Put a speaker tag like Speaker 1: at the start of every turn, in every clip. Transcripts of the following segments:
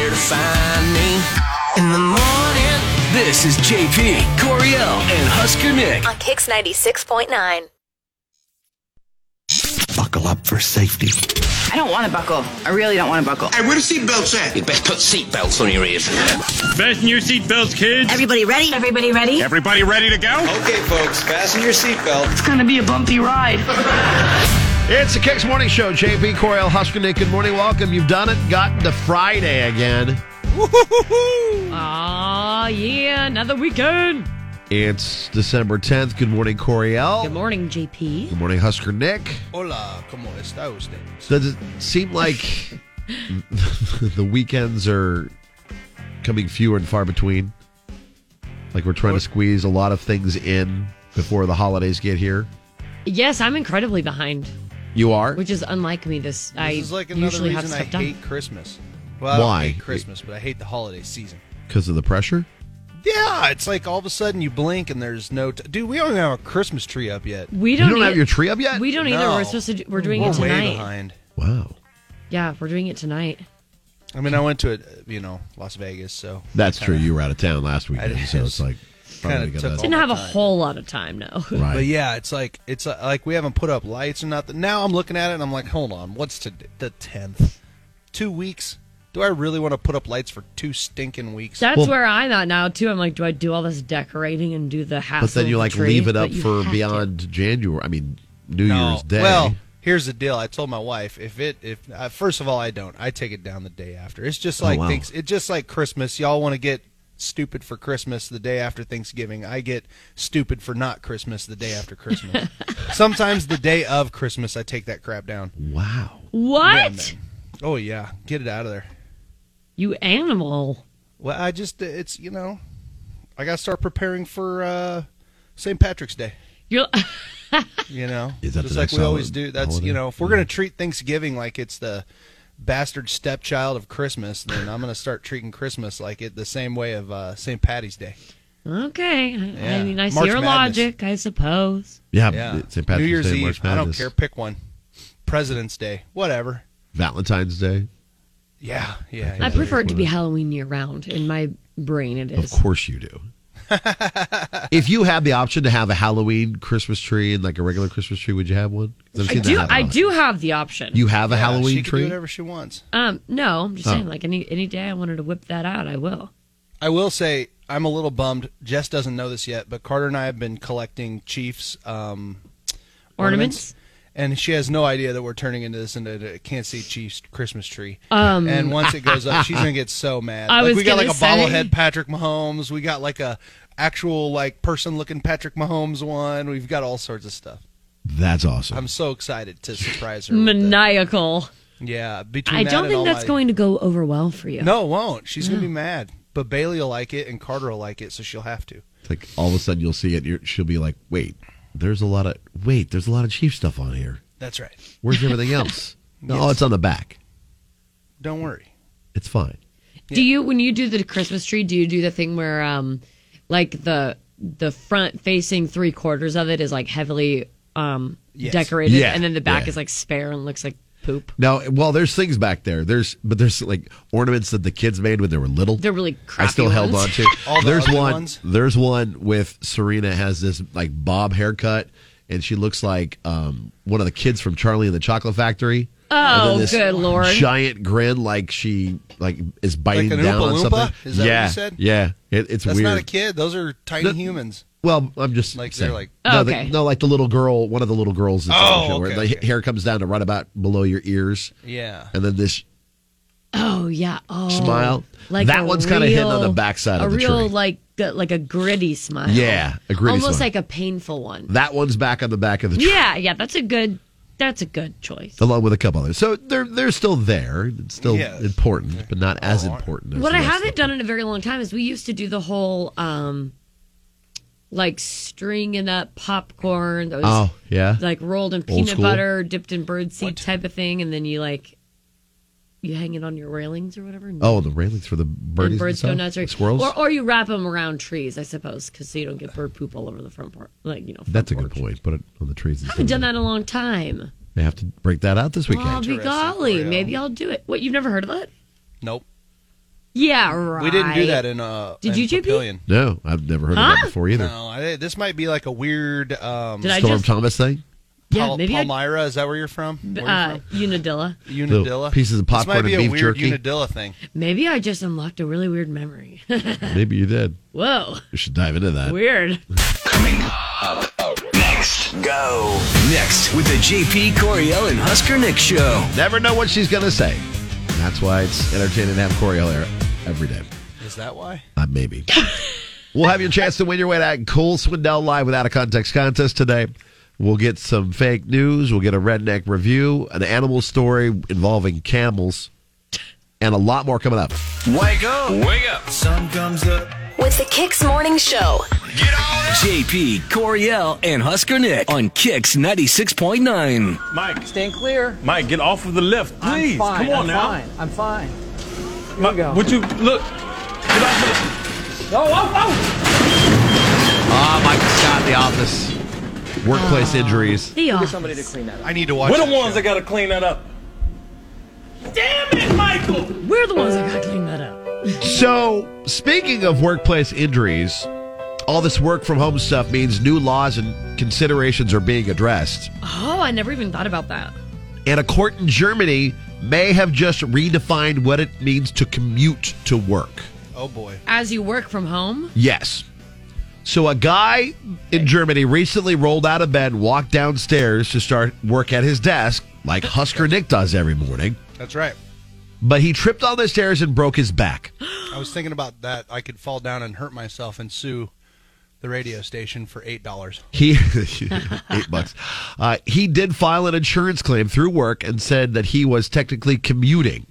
Speaker 1: find me in the morning. This is JP, Coriel, and Husker Nick.
Speaker 2: on Kix 96.9.
Speaker 3: Buckle up for safety.
Speaker 4: I don't want to buckle. I really don't want to buckle.
Speaker 5: Hey, where the seatbelts at?
Speaker 1: You best put seatbelts on your ears.
Speaker 6: Fasten your seatbelts, kids.
Speaker 7: Everybody ready? Everybody ready?
Speaker 6: Everybody ready to go?
Speaker 8: Okay, folks, fasten your seatbelts.
Speaker 9: It's the Kicks Morning Show. JP Coriel Huskinick. Good morning. Welcome. You've done it. Got to Friday again.
Speaker 10: Aw, yeah, another weekend.
Speaker 9: It's December 10th. Good morning, Coriel.
Speaker 10: Good morning, JP.
Speaker 9: Good morning, Husker Nick.
Speaker 8: Hola, ¿cómo está usted?
Speaker 9: Does it seem like the weekends are coming fewer and far between? Like we're trying to squeeze a lot of things in before the holidays get here.
Speaker 10: Yes, I'm incredibly behind,
Speaker 9: You are?
Speaker 10: which is unlike me. This, I
Speaker 8: This is like another
Speaker 10: usually have
Speaker 8: reason I
Speaker 10: stuff done.
Speaker 8: hate Christmas. Well, I
Speaker 9: Why?
Speaker 8: don't hate Christmas, but I hate the holiday season.
Speaker 9: Because of the pressure?
Speaker 8: Yeah, it's like all of a sudden you blink and there's no. T- Dude, we don't even have a Christmas tree up yet.
Speaker 10: We
Speaker 9: You
Speaker 10: don't,
Speaker 9: don't have
Speaker 10: e-
Speaker 9: your tree up yet?
Speaker 10: We don't either.
Speaker 8: No.
Speaker 10: We're supposed to. Do, we're doing
Speaker 8: We're
Speaker 10: it
Speaker 8: way
Speaker 10: tonight.
Speaker 8: behind.
Speaker 9: Wow.
Speaker 10: Yeah, we're doing it tonight.
Speaker 8: I mean, I went to it, you know, Las Vegas, so
Speaker 9: That's true. You were out of town last weekend,
Speaker 8: just
Speaker 9: so it's like probably
Speaker 8: kinda
Speaker 9: got
Speaker 8: took
Speaker 9: that.
Speaker 8: all
Speaker 10: Didn't
Speaker 8: the
Speaker 10: have a
Speaker 8: time.
Speaker 10: whole lot of time. No.
Speaker 9: Right.
Speaker 8: But yeah, it's like it's uh, like we haven't put up lights or nothing. Now I'm looking at it and I'm like, hold on, what's to the tenth? Two weeks? Do I really want to put up lights for two stinking weeks?
Speaker 10: That's
Speaker 9: Well-
Speaker 10: where I'm at now too. I'm like, do I do all this decorating and do the house?
Speaker 9: But then you like leave it up for beyond January. I mean, New Year's Day.
Speaker 8: Well, here's the deal. I told my wife if it if uh, first of all I don't. I take it down the day after. It's just like
Speaker 9: Oh, wow.
Speaker 8: things. It's just like Christmas. Y'all want to get stupid for Christmas the day after Thanksgiving. I get stupid for not Christmas the day after Christmas. Sometimes the day of Christmas I take that crap down.
Speaker 9: wow.
Speaker 10: What?
Speaker 8: Oh yeah, get it out of there.
Speaker 10: you animal.
Speaker 8: Well, I just it's you know, I got to start preparing for uh St. Patrick's Day.
Speaker 10: You're.
Speaker 8: You know,
Speaker 9: Is that
Speaker 8: just
Speaker 9: the
Speaker 8: like
Speaker 9: next
Speaker 8: we always
Speaker 9: holiday-
Speaker 8: do. That's
Speaker 9: holiday? Mm.
Speaker 8: you know, if we're gonna treat Thanksgiving like it's the bastard stepchild of Christmas, then I'm gonna start treating Christmas like it the same way of uh, St. Patty's Day.
Speaker 10: Okay. I-
Speaker 8: Yeah.
Speaker 10: I mean, I see
Speaker 8: March
Speaker 10: your
Speaker 8: Madness.
Speaker 10: logic, I suppose.
Speaker 9: Yeah.
Speaker 8: Yeah,
Speaker 9: it's St. Patrick's
Speaker 8: New Year's
Speaker 9: Day,
Speaker 8: Eve.
Speaker 9: March
Speaker 8: I don't
Speaker 9: Madness,
Speaker 8: care. Pick one. President's Day. Whatever.
Speaker 9: Valentine's Day.
Speaker 8: Yeah, yeah.
Speaker 10: I
Speaker 8: yeah.
Speaker 10: prefer it to be Halloween year round. In my brain, it
Speaker 9: Of
Speaker 10: is.
Speaker 9: course you do. if you had the option to have a Halloween Christmas tree and like a regular Christmas tree, would you have one? 'Cause I've
Speaker 10: I
Speaker 9: seen that
Speaker 10: do.
Speaker 9: happen
Speaker 10: I
Speaker 9: a lot.
Speaker 10: do have the option.
Speaker 9: You have a
Speaker 8: Yeah,
Speaker 9: Halloween
Speaker 8: she can
Speaker 9: tree?
Speaker 8: do whatever she wants.
Speaker 10: um, no, I'm just
Speaker 9: Oh.
Speaker 10: saying. Like any any day I wanted to whip that out, I will.
Speaker 8: I will say I'm a little bummed. Jess doesn't know this yet, but Carter and I have been collecting Chiefs um,
Speaker 10: Ornaments?
Speaker 8: and she has no idea that we're turning into this into a Kansas City Chiefs Christmas tree.
Speaker 10: Um,
Speaker 8: and once it goes up, she's gonna get so mad.
Speaker 10: I
Speaker 8: like
Speaker 10: was
Speaker 8: we got like
Speaker 10: gonna
Speaker 8: a
Speaker 10: say-
Speaker 8: bobblehead Patrick Mahomes. We got like a actual like person looking Patrick Mahomes one. We've got all sorts of stuff.
Speaker 9: That's awesome.
Speaker 8: I'm so excited to surprise her. with that.
Speaker 10: Maniacal.
Speaker 8: yeah, between
Speaker 10: I
Speaker 8: that
Speaker 10: don't
Speaker 8: and
Speaker 10: think
Speaker 8: all
Speaker 10: that's
Speaker 8: my-
Speaker 10: going to go over well for you.
Speaker 8: No, it won't. She's gonna be mad. But Bailey will like it, and Carter will like it, so she'll have to.
Speaker 9: It's like all of a sudden you'll see it. You're, she'll be like, "Wait, there's a lot of wait. There's a lot of Chief stuff on here.
Speaker 8: That's right.
Speaker 9: Where's everything else? No, oh,
Speaker 8: Yes.
Speaker 9: it's on the back.
Speaker 8: Don't worry.
Speaker 9: It's fine.
Speaker 10: Do you when you do the Christmas tree? Do you do the thing where um, like the the front facing three quarters of it is like heavily um
Speaker 8: Yes.
Speaker 10: decorated,
Speaker 9: Yeah,
Speaker 10: and then the back
Speaker 9: yeah.
Speaker 10: is like spare and looks like poop.
Speaker 9: Now, well, there's things back there. There's but there's like ornaments that the kids made when they were little.
Speaker 10: They're really
Speaker 9: I
Speaker 10: crappy.
Speaker 9: still held on
Speaker 10: ones.
Speaker 9: to.
Speaker 8: All the
Speaker 9: there's
Speaker 8: ugly
Speaker 9: one.
Speaker 8: ones?
Speaker 9: There's one with Serena has this like bob haircut, and she looks like um, one of the kids from Charlie and the Chocolate Factory. And then
Speaker 10: Oh,
Speaker 9: this
Speaker 10: good lord!
Speaker 9: Giant grin, like she like is biting
Speaker 8: an
Speaker 9: down on
Speaker 8: Oompa Loompa?
Speaker 9: something.
Speaker 8: Is that what you
Speaker 9: yeah,
Speaker 8: said?
Speaker 9: yeah. It, it's
Speaker 8: That's
Speaker 9: weird.
Speaker 8: not a kid. Those are tiny humans.
Speaker 9: Well, I'm just
Speaker 8: Like,
Speaker 9: saying.
Speaker 8: they're like-
Speaker 9: no,
Speaker 10: Oh,
Speaker 9: the-
Speaker 10: okay.
Speaker 9: no, like the little girl, one of the little girls. That's on the
Speaker 8: Oh,
Speaker 9: show, where
Speaker 8: okay,
Speaker 9: the
Speaker 8: okay.
Speaker 9: hair comes down to right about below your ears,
Speaker 8: Yeah.
Speaker 9: and then this
Speaker 10: Oh yeah. Oh,
Speaker 9: Smile.
Speaker 10: Like
Speaker 9: That
Speaker 10: a
Speaker 9: one's kinda hidden on the
Speaker 10: real-
Speaker 9: backside
Speaker 10: a
Speaker 9: of the
Speaker 10: real
Speaker 9: tree.
Speaker 10: like a- like a gritty smile.
Speaker 9: Yeah, a gritty
Speaker 10: Almost
Speaker 9: smile.
Speaker 10: like a painful one.
Speaker 9: that one's back on the back of the tree,
Speaker 10: Yeah, yeah. That's a good. That's a good choice.
Speaker 9: along with a couple others. So they're they're still there. It's still
Speaker 8: Yeah.
Speaker 9: important, but not as important. As
Speaker 10: What I
Speaker 9: the rest
Speaker 10: haven't
Speaker 9: of them.
Speaker 10: done in a very long time is we used to do the whole um like stringing up popcorn that was
Speaker 9: Oh yeah,
Speaker 10: like rolled in peanut
Speaker 9: school?
Speaker 10: butter, dipped in birdseed type of thing, and then you like you hang it on your railings or whatever. and-
Speaker 9: oh the railings for the birdies,
Speaker 10: and birds
Speaker 9: and
Speaker 10: go nuts,
Speaker 9: stuff? The
Speaker 10: or
Speaker 9: squirrels.
Speaker 10: or or you wrap them around trees, I suppose, because so you don't get bird poop all over the front part. Like you know, front
Speaker 9: That's a good
Speaker 10: porch.
Speaker 9: point. Put it on the trees.
Speaker 10: I haven't done that in a long time.
Speaker 9: They have to break that out this weekend.
Speaker 10: Well, be golly, maybe I'll do it. What you've never heard of that?
Speaker 8: Nope.
Speaker 10: Yeah, right.
Speaker 8: We didn't do that in uh.
Speaker 10: Did
Speaker 8: in
Speaker 10: you, JP?
Speaker 8: Papillion.
Speaker 9: No, I've never heard of that
Speaker 10: Huh?
Speaker 9: before either.
Speaker 8: No, I, this might be like a weird um.
Speaker 10: Did I
Speaker 9: Storm
Speaker 10: just?
Speaker 9: Thomas thing?
Speaker 10: yeah,
Speaker 8: Pal-
Speaker 10: maybe I.
Speaker 8: Palmyra, is that where you're from? Where
Speaker 10: Uh, Unadilla.
Speaker 8: you from?
Speaker 9: little
Speaker 8: Unadilla.
Speaker 9: pieces of popcorn
Speaker 8: This might be
Speaker 9: and
Speaker 8: a
Speaker 9: beef
Speaker 8: weird
Speaker 9: jerky.
Speaker 8: Unadilla thing.
Speaker 10: Maybe I just unlocked a really weird memory.
Speaker 9: Maybe you did.
Speaker 10: Whoa,
Speaker 9: We should dive into that.
Speaker 10: weird.
Speaker 1: Go. Next with the JP Coriel and Husker Nick show.
Speaker 9: Never know what she's gonna say. And that's why it's entertaining to have Coriel there every day.
Speaker 8: Is that why?
Speaker 9: Uh, maybe. we'll have your chance to win your way to Cole Swindell Live Without a Context contest today. We'll get some fake news. We'll get a redneck review, an animal story involving camels, and a lot more coming up.
Speaker 1: Wake up. Wake up. Sun comes up.
Speaker 2: With the Kicks Morning Show.
Speaker 1: Get on it. JP Coriel and Husker Nick on Kicks 96.9.
Speaker 6: Mike,
Speaker 3: Stand clear.
Speaker 6: Mike, get off of the lift, please.
Speaker 3: I'm fine.
Speaker 6: Come on
Speaker 3: I'm
Speaker 6: now.
Speaker 3: fine. I'm fine.
Speaker 6: Mi-
Speaker 3: we go.
Speaker 6: Would you look? Get off of
Speaker 3: Oh, oh,
Speaker 9: Ah, Michael Scott, The Office, workplace injuries.
Speaker 10: The
Speaker 3: oh!
Speaker 10: office.
Speaker 3: Somebody to clean that up.
Speaker 8: I need to
Speaker 6: it.
Speaker 8: watch.
Speaker 6: We're
Speaker 8: that
Speaker 6: the ones
Speaker 8: show.
Speaker 6: that gotta clean that up. Damn it, Michael!
Speaker 10: We're the ones that gotta clean that up.
Speaker 9: So, speaking of workplace injuries, all this work from home stuff means new laws and considerations are being addressed.
Speaker 10: Oh, I never even thought about that.
Speaker 9: and a court in Germany may have just redefined what it means to commute to work.
Speaker 8: Oh boy.
Speaker 10: As you work from home,
Speaker 9: Yes. So a guy in Germany recently rolled out of bed, walked downstairs to start work at his desk, like Husker Nick does every morning,
Speaker 8: That's right.
Speaker 9: but he tripped on the stairs and broke his back.
Speaker 8: I was thinking about that. I could fall down and hurt myself and sue the radio station for eight dollars.
Speaker 9: He eight bucks. Uh, he did file an insurance claim through work and said that he was technically commuting,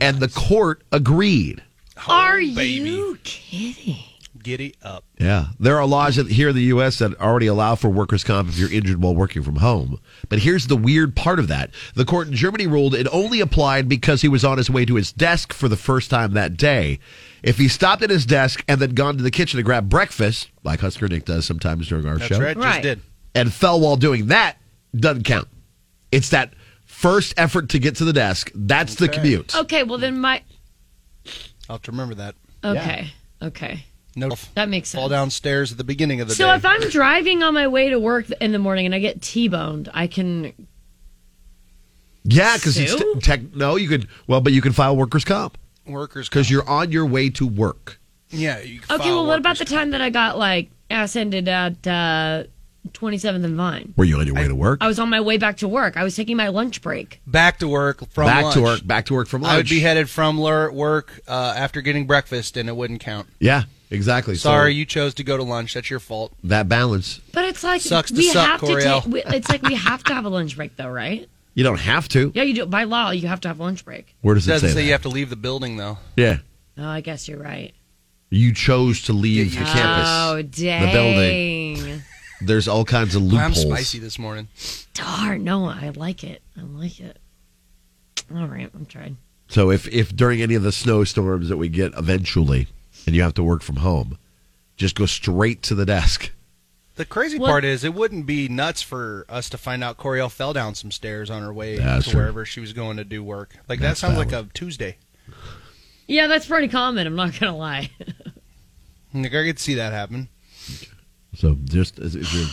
Speaker 9: and the court agreed.
Speaker 10: are
Speaker 8: baby.
Speaker 10: you kidding?
Speaker 8: Giddy up.
Speaker 9: Yeah, there are laws that- here in the U.S. that already allow for workers' comp if you're injured while working from home. But here's the weird part of that: the court in Germany ruled it only applied because he was on his way to his desk for the first time that day. If he stopped at his desk and then gone to the kitchen to grab breakfast, like Husker Nick does sometimes during our
Speaker 8: That's
Speaker 9: show,
Speaker 8: right. Just
Speaker 10: Right.
Speaker 8: did.
Speaker 9: and fell while doing that, doesn't count. It's that first effort to get to the desk. That's the
Speaker 8: Okay.
Speaker 9: commute.
Speaker 10: Okay, well then my.
Speaker 8: I'll have to remember that.
Speaker 10: Okay, okay,
Speaker 8: No.
Speaker 10: that makes sense.
Speaker 8: Fall downstairs at the beginning of the
Speaker 10: So
Speaker 8: day.
Speaker 10: if I'm driving on my way to work in the morning and I get T-boned, I can.
Speaker 9: Yeah, because it's
Speaker 10: Sue?
Speaker 9: te- tech. No, you could well, but you can file workers' comp
Speaker 8: workers,
Speaker 9: because you're on your way to work.
Speaker 8: yeah. You can
Speaker 10: Okay,
Speaker 8: file
Speaker 10: well, what about the
Speaker 8: workers-
Speaker 10: time that I got like ass ended at uh, 27th and Vine?
Speaker 9: Were you on your way to work?
Speaker 10: I was on my way back to work. I was taking my lunch break.
Speaker 8: back to work from
Speaker 9: back to
Speaker 8: lunch.
Speaker 9: work. Back to work from lunch.
Speaker 8: I would be headed from lur- work uh, after getting breakfast, and it wouldn't count.
Speaker 9: yeah, exactly. So
Speaker 8: Sorry, you chose to go to lunch. That's your fault.
Speaker 9: that balance.
Speaker 10: But it's like
Speaker 8: Sucks to
Speaker 10: we
Speaker 8: suck,
Speaker 10: have to
Speaker 8: Coriel.
Speaker 10: take. we- It's like we have to have a lunch break, though, right?
Speaker 9: You don't have to.
Speaker 10: Yeah, you do. By law, you have to have a lunch break.
Speaker 9: Where does
Speaker 8: It doesn't
Speaker 9: it
Speaker 8: say,
Speaker 9: say,
Speaker 8: you have to leave the building though.
Speaker 9: that? Yeah,
Speaker 10: Oh, I guess you're right.
Speaker 9: you chose to leave the campus.
Speaker 10: Oh, dang.
Speaker 9: The building. There's all kinds of
Speaker 8: I'm
Speaker 9: loopholes.
Speaker 8: spicy this morning.
Speaker 10: Darn. No, I like it. I like it. All right, I'm trying.
Speaker 9: So if if during any of the snowstorms that we get eventually, and you have to work from home, just go straight to the desk.
Speaker 8: The crazy
Speaker 10: Well-
Speaker 8: part is, it wouldn't be nuts for us to find out Coriel fell down some stairs on her way
Speaker 9: That's
Speaker 8: to
Speaker 9: true.
Speaker 8: wherever she was going to do work. Like
Speaker 9: That's
Speaker 8: that sounds like
Speaker 9: valid.
Speaker 8: a Tuesday.
Speaker 10: Yeah, that's pretty common. I'm not gonna lie.
Speaker 8: Like I could see that happen.
Speaker 9: So just as if you're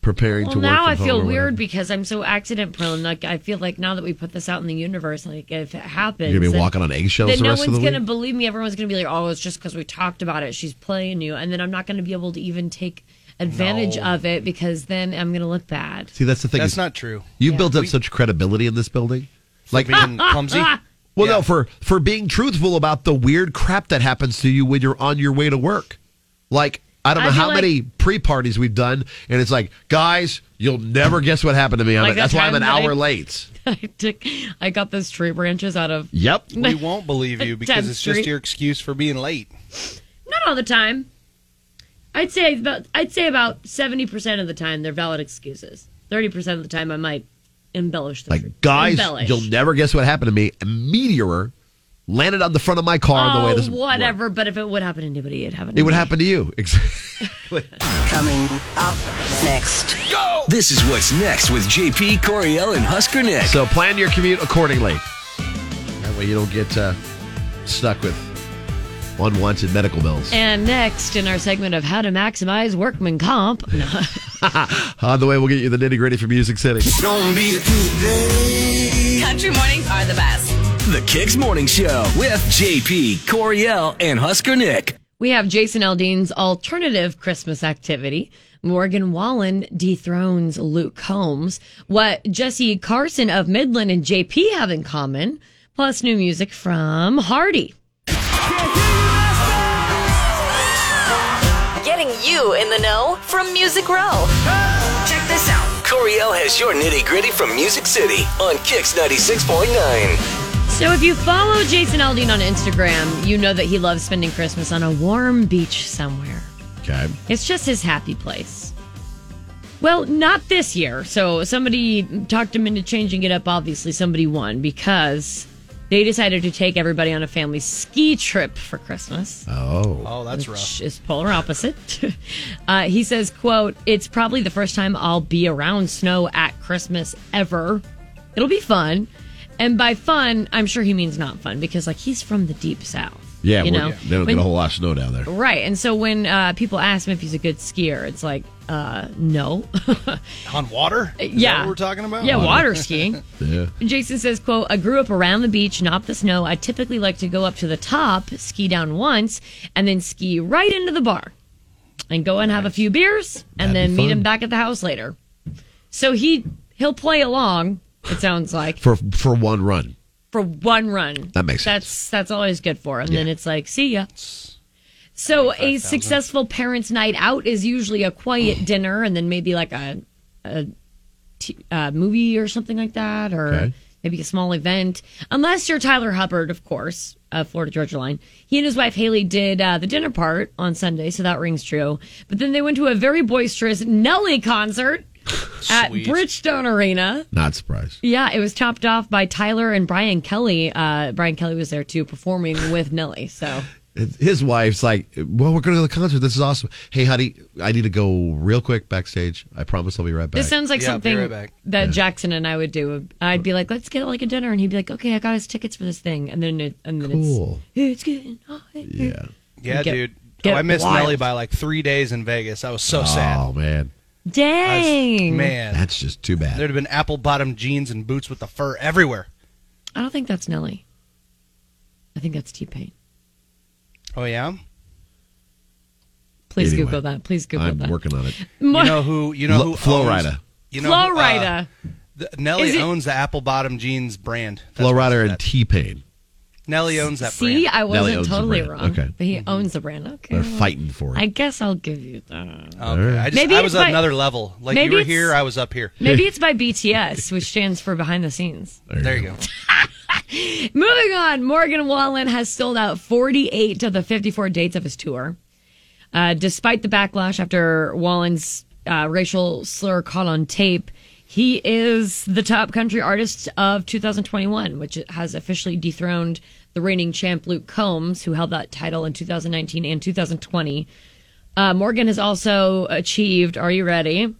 Speaker 9: preparing
Speaker 10: Well,
Speaker 9: to work.
Speaker 10: now
Speaker 9: from
Speaker 10: I
Speaker 9: home
Speaker 10: feel
Speaker 9: or whatever,
Speaker 10: weird because I'm so accident prone. Like I feel like now that we put this out in the universe, like if it happens,
Speaker 9: You're gonna be
Speaker 10: then-
Speaker 9: walking on eggshells
Speaker 10: then
Speaker 9: the
Speaker 10: no
Speaker 9: rest
Speaker 10: one's
Speaker 9: of the
Speaker 10: gonna
Speaker 9: week.
Speaker 10: believe me. Everyone's gonna be like, "Oh, it's just because we talked about it. She's playing you," and then I'm not gonna be able to even take advantage
Speaker 8: No.
Speaker 10: of it because then I'm gonna look bad.
Speaker 9: See, that's the thing.
Speaker 8: That's
Speaker 9: is
Speaker 8: not true.
Speaker 9: You
Speaker 10: Yeah.
Speaker 9: built up such credibility in this building. Like
Speaker 8: Being clumsy.
Speaker 9: Well, no,
Speaker 8: Yeah.
Speaker 9: for for being truthful about the weird crap that happens to you when you're on your way to work. Like I don't know
Speaker 10: I feel
Speaker 9: how many pre-parties we've done, and it's like, guys, you'll never guess what happened to me. I'm
Speaker 10: Like
Speaker 9: like, that's
Speaker 10: that
Speaker 9: why I'm
Speaker 10: time
Speaker 9: an
Speaker 10: that I-
Speaker 9: hour late.
Speaker 10: I took, I got those tree branches out of
Speaker 9: Yep.
Speaker 8: We won't believe you because
Speaker 10: Tenth
Speaker 8: it's just
Speaker 10: Street.
Speaker 8: your excuse for being late.
Speaker 10: not all the time. I'd say about I'd say about seventy percent of the time they're valid excuses. Thirty percent of the time I might embellish the truth.
Speaker 9: Like, guys,
Speaker 10: embellish.
Speaker 9: you'll never guess what happened to me. A meteor landed on the front of my car on the way
Speaker 10: Oh,
Speaker 9: to work.
Speaker 10: whatever. But if it would happen to anybody, it'd happen. To
Speaker 9: It would
Speaker 10: me.
Speaker 9: happen to you. Exactly.
Speaker 5: Coming up next.
Speaker 3: oh.
Speaker 1: This is what's next with JP Coriel and Husker Nick.
Speaker 9: So plan your commute accordingly. That way you don't get uh, stuck with unwanted medical bills.
Speaker 10: And next, in our segment of how to maximize workman comp, no,
Speaker 9: On the way, we'll get you the nitty gritty for Music City.
Speaker 1: Don't be today.
Speaker 4: Country mornings are the best.
Speaker 1: The Kicks Morning Show with JP, Coriel, and Husker Nick.
Speaker 10: we have Jason Aldean's alternative Christmas activity. Morgan Wallen dethrones Luke Combs. What Jesse Carson of Midland and JP have in common, plus new music from Hardy.
Speaker 2: Getting you in the know from Music Row. Check this out.
Speaker 1: Coriel has your nitty gritty from Music City on Kicks 96.9.
Speaker 10: So if you follow Jason Aldean on Instagram, you know that he loves spending Christmas on a warm beach somewhere.
Speaker 9: Okay.
Speaker 10: It's just his happy place. Well, not this year. So somebody talked him into changing it up. Obviously, somebody won because they decided to take everybody on a family ski trip for Christmas,
Speaker 9: Oh.
Speaker 8: Oh, that's rough.
Speaker 10: which is polar opposite. uh, he says, "quote It's probably the first time I'll be around snow at Christmas ever. It'll be fun." And by fun, I'm sure he means not fun because, like, he's from the deep south.
Speaker 9: Yeah,
Speaker 10: you
Speaker 9: we're-
Speaker 10: know,
Speaker 9: they don't
Speaker 10: When-
Speaker 9: get a whole lot of snow down there.
Speaker 10: Right. And so when uh, people ask him if he's a good skier, it's like, uh, no.
Speaker 8: On water? Is that
Speaker 10: yeah.
Speaker 8: what we're talking about?
Speaker 10: Yeah, water skiing.
Speaker 9: Yeah.
Speaker 10: Jason says, quote, I grew up around the beach, not the snow. I typically like to go up to the top, ski down once, and then ski right into the bar and go and have a few beers and
Speaker 9: That'd be
Speaker 10: then meet
Speaker 9: fun.
Speaker 10: him back at the house later. So he he'll play along, it sounds like,
Speaker 9: For for one run.
Speaker 10: for one run.
Speaker 9: That makes sense.
Speaker 10: That's that's always good for him. Then
Speaker 9: Yeah.
Speaker 10: it's like, see ya. So a successful parents' night out is usually a
Speaker 9: Mm.
Speaker 10: quiet dinner, and then maybe like a a, t- a movie or something like that, or
Speaker 9: Okay.
Speaker 10: maybe a small event. Unless you're Tyler Hubbard, of course, of Florida Georgia Line. He and his wife Haley did uh, the dinner part on Sunday, so that rings true. But then they went to a very boisterous Nelly concert at Bridgestone Arena.
Speaker 9: Not surprised.
Speaker 10: Yeah, it was topped off by Tyler and Brian Kelly. Uh, Brian Kelly was there too, performing with Nelly. So
Speaker 9: His wife's like, well, we're going to the concert. This is awesome. Hey, honey, I need to go real quick backstage. I promise I'll be right back.
Speaker 10: this sounds like
Speaker 8: Yeah, I'll be
Speaker 10: something
Speaker 8: right back.
Speaker 10: that Jackson and I would do. I'd be like, "Let's get like a dinner," and he'd be like, "Okay, I got us tickets for this thing," and then it, and then
Speaker 9: Cool.
Speaker 10: it's it's getting hot.
Speaker 8: Hmm.
Speaker 9: yeah.
Speaker 8: Yeah,
Speaker 10: Get-
Speaker 8: dude.
Speaker 10: get
Speaker 8: oh, I missed
Speaker 10: wild.
Speaker 8: Nelly by like three days in Vegas. I was so sad.
Speaker 9: Oh, man.
Speaker 8: I was-
Speaker 10: Dang,
Speaker 8: man,
Speaker 9: That's just too bad.
Speaker 8: there'd have been apple bottom jeans and boots with the fur everywhere.
Speaker 10: I don't think that's Nelly. I think that's T Pain.
Speaker 8: Oh yeah.
Speaker 10: Please
Speaker 9: Anyway,
Speaker 10: Google that. Please Google
Speaker 9: I'm
Speaker 10: that.
Speaker 9: working on it.
Speaker 10: More-
Speaker 8: You know who? You know
Speaker 9: Lo-
Speaker 8: who?
Speaker 9: Flo
Speaker 8: owns-
Speaker 9: Rida.
Speaker 8: You know, who, uh,
Speaker 10: Florida.
Speaker 8: the,
Speaker 10: Is
Speaker 8: Nelly
Speaker 10: it-
Speaker 8: owns the apple bottom jeans brand. That's
Speaker 9: Flow
Speaker 8: what
Speaker 9: Rider
Speaker 8: said
Speaker 9: and
Speaker 8: that.
Speaker 9: T Pain.
Speaker 8: Nelly owns that
Speaker 10: See,
Speaker 8: brand.
Speaker 10: I wasn't
Speaker 9: owns the
Speaker 10: totally
Speaker 9: brand.
Speaker 10: wrong.
Speaker 9: Okay.
Speaker 10: But he owns the brand. Okay.
Speaker 9: They're fighting for it.
Speaker 10: I guess I'll give you that.
Speaker 8: Okay, I just
Speaker 10: Maybe
Speaker 8: I
Speaker 10: it's
Speaker 8: was at
Speaker 10: by-
Speaker 8: another level. Like
Speaker 10: maybe
Speaker 8: you were
Speaker 10: it's-
Speaker 8: here, I was up here.
Speaker 10: Maybe it's by BTS, which stands for behind the scenes.
Speaker 8: There you go.
Speaker 10: Moving on, Morgan Wallen has sold out 48 of the 54 dates of his tour. Uh, despite the backlash after Wallen's uh, racial slur caught on tape, he is the top country artist of 2021, which has officially dethroned the reigning champ Luke Combs, who held that title in 2019 and 2020. Uh, Morgan has also achieved, are you ready?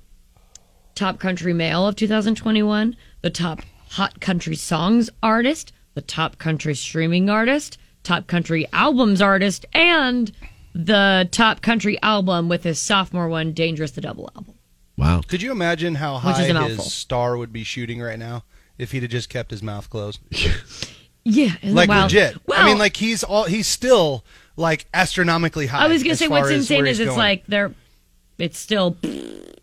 Speaker 10: Top Country Male of 2021, the Top Hot Country Songs Artist, the Top Country Streaming Artist, Top Country Albums Artist, and the Top Country Album with his sophomore one, Dangerous the Double Album.
Speaker 9: Wow.
Speaker 8: Could you imagine how
Speaker 10: Which is a
Speaker 8: high
Speaker 10: mouthful.
Speaker 8: his star would be shooting right now if he'd have just kept his mouth closed?
Speaker 10: Yeah, isn't it
Speaker 8: Like
Speaker 10: wild?
Speaker 8: legit. I
Speaker 10: Well,
Speaker 8: mean, like he's all he's still like astronomically high.
Speaker 10: I was gonna
Speaker 8: as
Speaker 10: say
Speaker 8: far
Speaker 10: what's
Speaker 8: as
Speaker 10: insane
Speaker 8: where
Speaker 10: is
Speaker 8: he's
Speaker 10: it's
Speaker 8: going.
Speaker 10: like they're it's still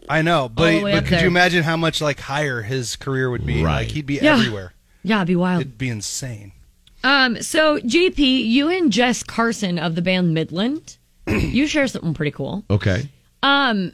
Speaker 8: I know,
Speaker 10: all
Speaker 8: but,
Speaker 10: the way
Speaker 8: but
Speaker 10: up
Speaker 8: could
Speaker 10: there.
Speaker 8: you imagine how much like higher his career would be?
Speaker 9: Right.
Speaker 8: Like he'd be
Speaker 10: Yeah.
Speaker 8: everywhere.
Speaker 10: yeah, it'd be wild.
Speaker 8: It'd be insane.
Speaker 10: Um, so JP, you and Jess Carson of the band Midland, you share something pretty cool.
Speaker 9: Okay.
Speaker 10: Um,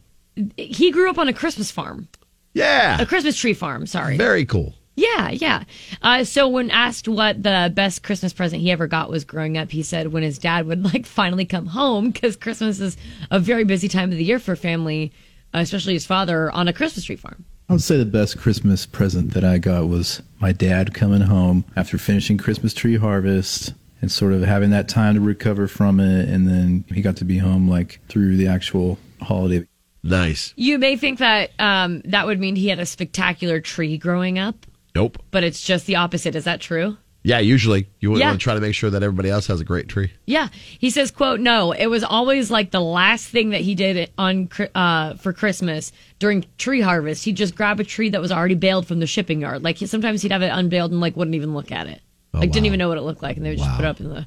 Speaker 10: he grew up on a Christmas farm,
Speaker 9: Yeah.
Speaker 10: a Christmas tree farm. Sorry.
Speaker 9: Very cool.
Speaker 10: Yeah, yeah. Uh, so when asked what the best Christmas present he ever got was growing up, he said when his dad would like finally come home because Christmas is a very busy time of the year for family, uh, especially his father on a Christmas tree farm.
Speaker 7: I would say the best Christmas present that I got was my dad coming home after finishing Christmas tree harvest and sort of having that time to recover from it. And then he got to be home like through the actual holiday.
Speaker 9: Nice.
Speaker 10: You may think that um, that would mean he had a spectacular tree growing up,
Speaker 9: Nope.
Speaker 10: but it's just the opposite. Is that true?
Speaker 9: Yeah, usually you
Speaker 10: Yeah.
Speaker 9: want to try to make sure that everybody else has a great tree.
Speaker 10: Yeah, he says, "quote No, it was always like the last thing that he did on Chri- uh, for Christmas during tree harvest. He'd just grab a tree that was already baled from the shipping yard. Like he, sometimes he'd have it unbaled and like wouldn't even look at it.
Speaker 9: Oh,
Speaker 10: like didn't
Speaker 9: wow.
Speaker 10: even know what it looked like, and they would just put it up in the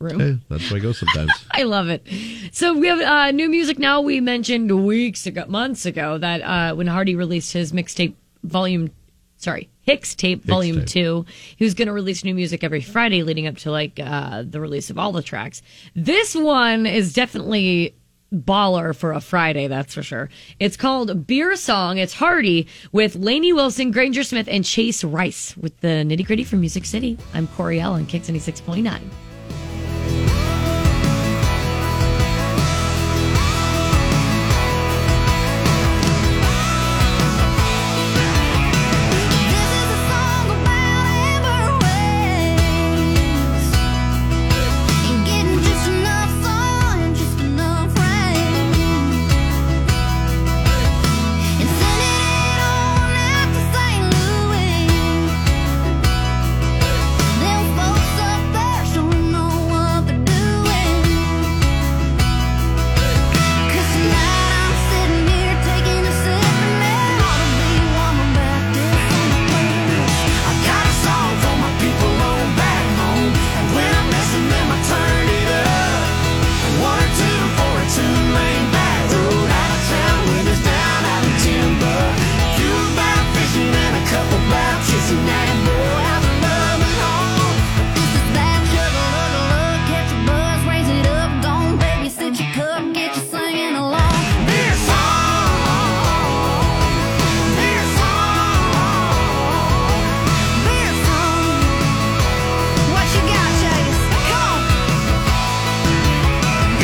Speaker 10: room.
Speaker 9: Hey, that's the way it goes sometimes.
Speaker 10: I love it. So we have uh, new music now. We mentioned weeks ago, months ago, that uh, when Hardy released his mixtape volume, sorry, Hicks tape volume
Speaker 9: tape.
Speaker 10: two, he was going to release new music every Friday leading up to like uh, the release of all the tracks. This one is definitely baller for a Friday, that's for sure. It's called Beer Song. It's Hardy with Laney Wilson, Granger Smith, and Chase Rice with the nitty gritty from Music City. I'm Corey Allen, Kicks 96.9.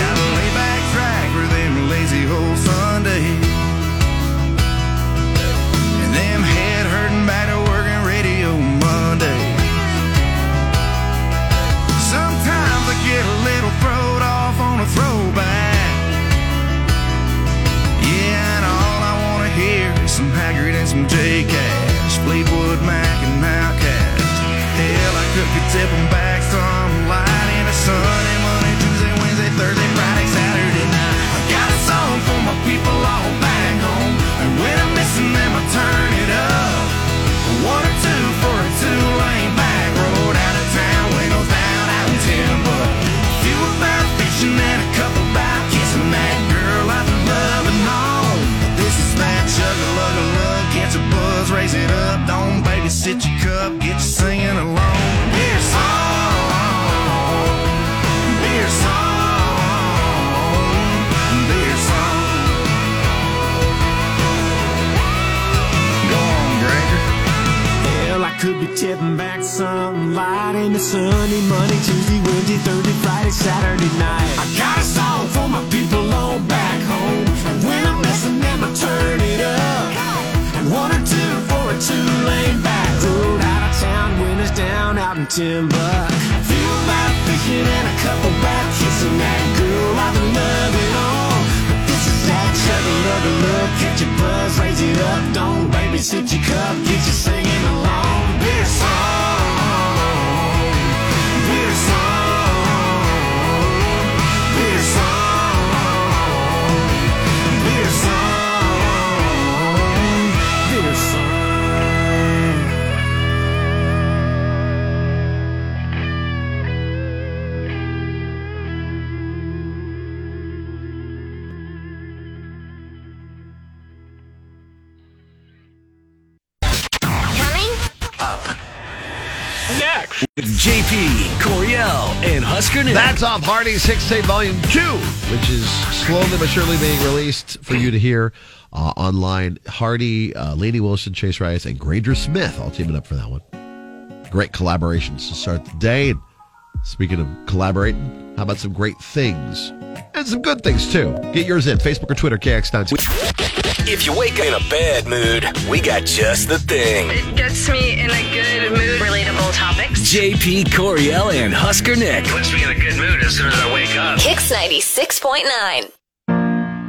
Speaker 11: Got a way back track with them lazy old Sundays. And them head hurting back to working radio Monday. Sometimes I get a little throwed off on a throwback. Yeah, and all I wanna hear is some Haggard and some J Cash, Fleetwood Mac and Outcast. Hell, I could be tipping back some light in a Sunday, Monday, Tuesday, Wednesday, Thursday, Friday, Saturday night. I got a song for my people all back home, and when I'm missing them, I turn it up. One or two for a two-lane back road out of town, windows down out in timber. Few about fishing and a couple about kissing that girl I've been loving on. This is that chug-a-lug-a-lug, catch a buzz, raise it up, don't baby, sit your cup, get you singing along. Beer song, beer song, beer song. Go on, Gregor.
Speaker 12: Hell, I could be tipping back some light in the Sunday, Monday, Tuesday, Wednesday, Thursday, Friday, Saturday night. I got a song for my people on back home. And when I'm missing them, I turn it up. And one or two for a two lane back road out of town, windows down out in Timber. A few about fishing and a couple about kissing that girl I've been loving on. But this is that chugga lugga look, catch your buzz, raise it up, don't baby, sit your cup, get you singing along. Beer song, beer song, beer song, beer song, beer song.
Speaker 1: Next. With JP, Coriel, and Husker Nick.
Speaker 9: That's off Hardy's Six Tape Volume 2, which is slowly but surely being released for you to hear uh, online. Hardy, uh, Laney Wilson, Chase Rice, and Granger Smith all teaming up for that one. Great collaborations to start the day. And speaking of collaborating, how about some great things? And some good things, too. Get yours in Facebook or Twitter, KX92.
Speaker 1: If you wake up in a bad mood, we got just the thing.
Speaker 5: It gets me in a good mood. Relatable topics.
Speaker 1: JP, Coriel, and Husker Nick.
Speaker 13: Puts me in a good mood as soon as I wake up.
Speaker 2: Kicks 96.9.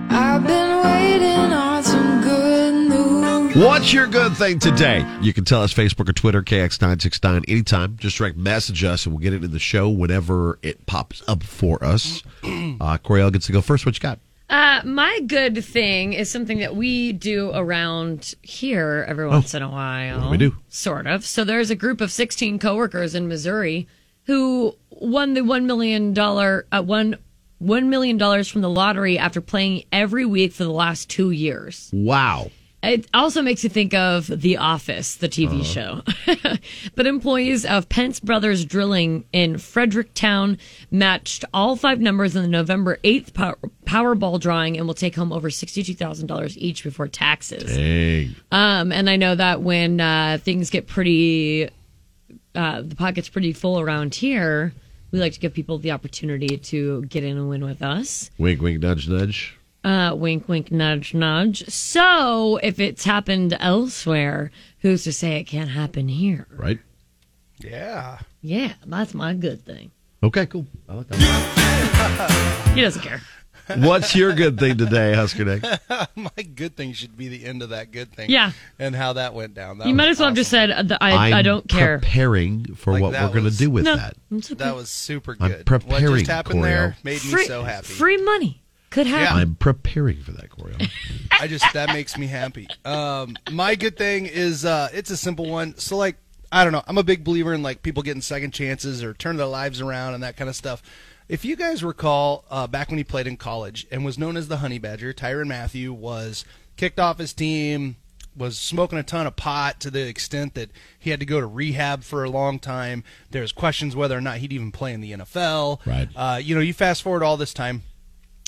Speaker 14: I've been waiting on some good news.
Speaker 9: What's your good thing today? You can tell us Facebook or Twitter, KX969, anytime. Just direct message us and we'll get it in the show whenever it pops up for us. Uh, Coriel gets to go first. What you got?
Speaker 10: Uh, my good thing is something that we do around here every once in a while.
Speaker 9: we Oh. do?
Speaker 10: Sort of. So there's a group of 16 coworkers in Missouri who won the $1 million, uh, won $1 million from the lottery after playing every week for the last two years.
Speaker 9: Wow.
Speaker 10: It also makes you think of The Office, the TV show. but employees of Pence Brothers Drilling in Fredericktown matched all five numbers in the November 8th pow- Powerball drawing and will take home over $62,000 each before taxes.
Speaker 9: Dang.
Speaker 10: Um, and I know that when uh, things get pretty, uh, the pocket's pretty full around here, we like to give people the opportunity to get in and win with us.
Speaker 9: Wink, wink, nudge, nudge.
Speaker 10: Uh, wink, wink, nudge, nudge. So if it's happened elsewhere, who's to say it can't happen here?
Speaker 9: Right?
Speaker 8: Yeah.
Speaker 10: Yeah, that's my good thing.
Speaker 9: Okay, cool. I like that.
Speaker 10: He doesn't care.
Speaker 9: What's your good thing today, Husker Nick?
Speaker 8: My good thing should be the end of that good thing.
Speaker 10: Yeah.
Speaker 8: And how that went down. That
Speaker 10: you
Speaker 8: was
Speaker 10: might as well have just said, uh, the- I, I
Speaker 9: I'm
Speaker 10: don't care.
Speaker 9: preparing for
Speaker 8: Like,
Speaker 9: what
Speaker 8: that
Speaker 9: we're going to
Speaker 8: was-
Speaker 9: do with
Speaker 10: No.
Speaker 9: that.
Speaker 10: It's okay.
Speaker 8: That was super
Speaker 9: I'm
Speaker 8: good. what
Speaker 9: preparing,
Speaker 8: just happened there
Speaker 9: Coriel.
Speaker 8: made
Speaker 10: Free-
Speaker 8: me so happy.
Speaker 10: Free money could happen.
Speaker 9: I'm preparing for that, Coriel.
Speaker 8: I just that makes me happy. Um, my good thing is uh, it's a simple one. So like I don't know, I'm a big believer in like people getting second chances or turn their lives around and that kind of stuff. If you guys recall uh, back when he played in college and was known as the Honey Badger, Tyron Matthew was kicked off his team, was smoking a ton of pot to the extent that he had to go to rehab for a long time. There's questions whether or not he'd even play in the NFL.
Speaker 9: Right.
Speaker 8: Uh, you know, you fast forward all this time.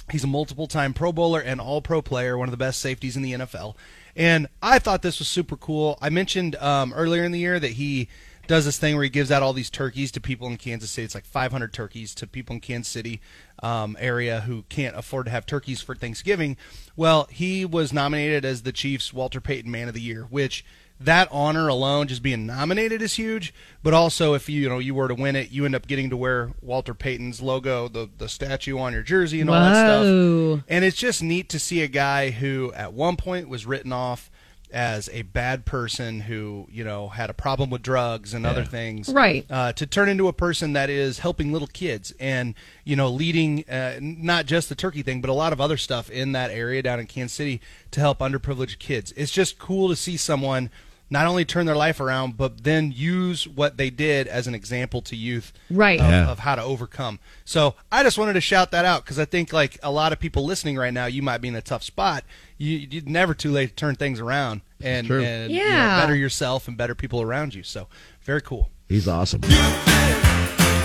Speaker 8: He's a multiple time Pro Bowler and All Pro player, one of the best safeties in the NFL. And I thought this was super cool. I mentioned um, earlier in the year that he does this thing where he gives out all these turkeys to people in Kansas City. It's like 500 turkeys to people in Kansas City um, area who can't afford to have turkeys for Thanksgiving. Well, he was nominated as the Chiefs Walter Payton Man of the Year, which that honor alone, just being nominated, is huge. But also, if you, you know you were to win it, you end up getting to wear Walter Payton's logo, the the statue on your jersey, and all that stuff.
Speaker 10: Whoa.
Speaker 8: And it's just neat to see a guy who at one point was written off as a bad person who, you know, had a problem with drugs and other things.
Speaker 10: Right.
Speaker 8: Uh, to turn into a person that is helping little kids and, you know, leading uh, n- not just the turkey thing, but a lot of other stuff in that area down in Kansas City to help underprivileged kids. It's just cool to see someone not only turn their life around, but then use what they did as an example to youth
Speaker 10: Right.
Speaker 8: of,
Speaker 10: Yeah.
Speaker 8: of how to overcome. So I just wanted to shout that out because I think like a lot of people listening right now, you might be in a tough spot. You, you never too late to turn things around and,
Speaker 9: True.
Speaker 8: and you know,
Speaker 10: Yeah.
Speaker 8: better yourself and better people around you. So very cool.
Speaker 9: He's awesome.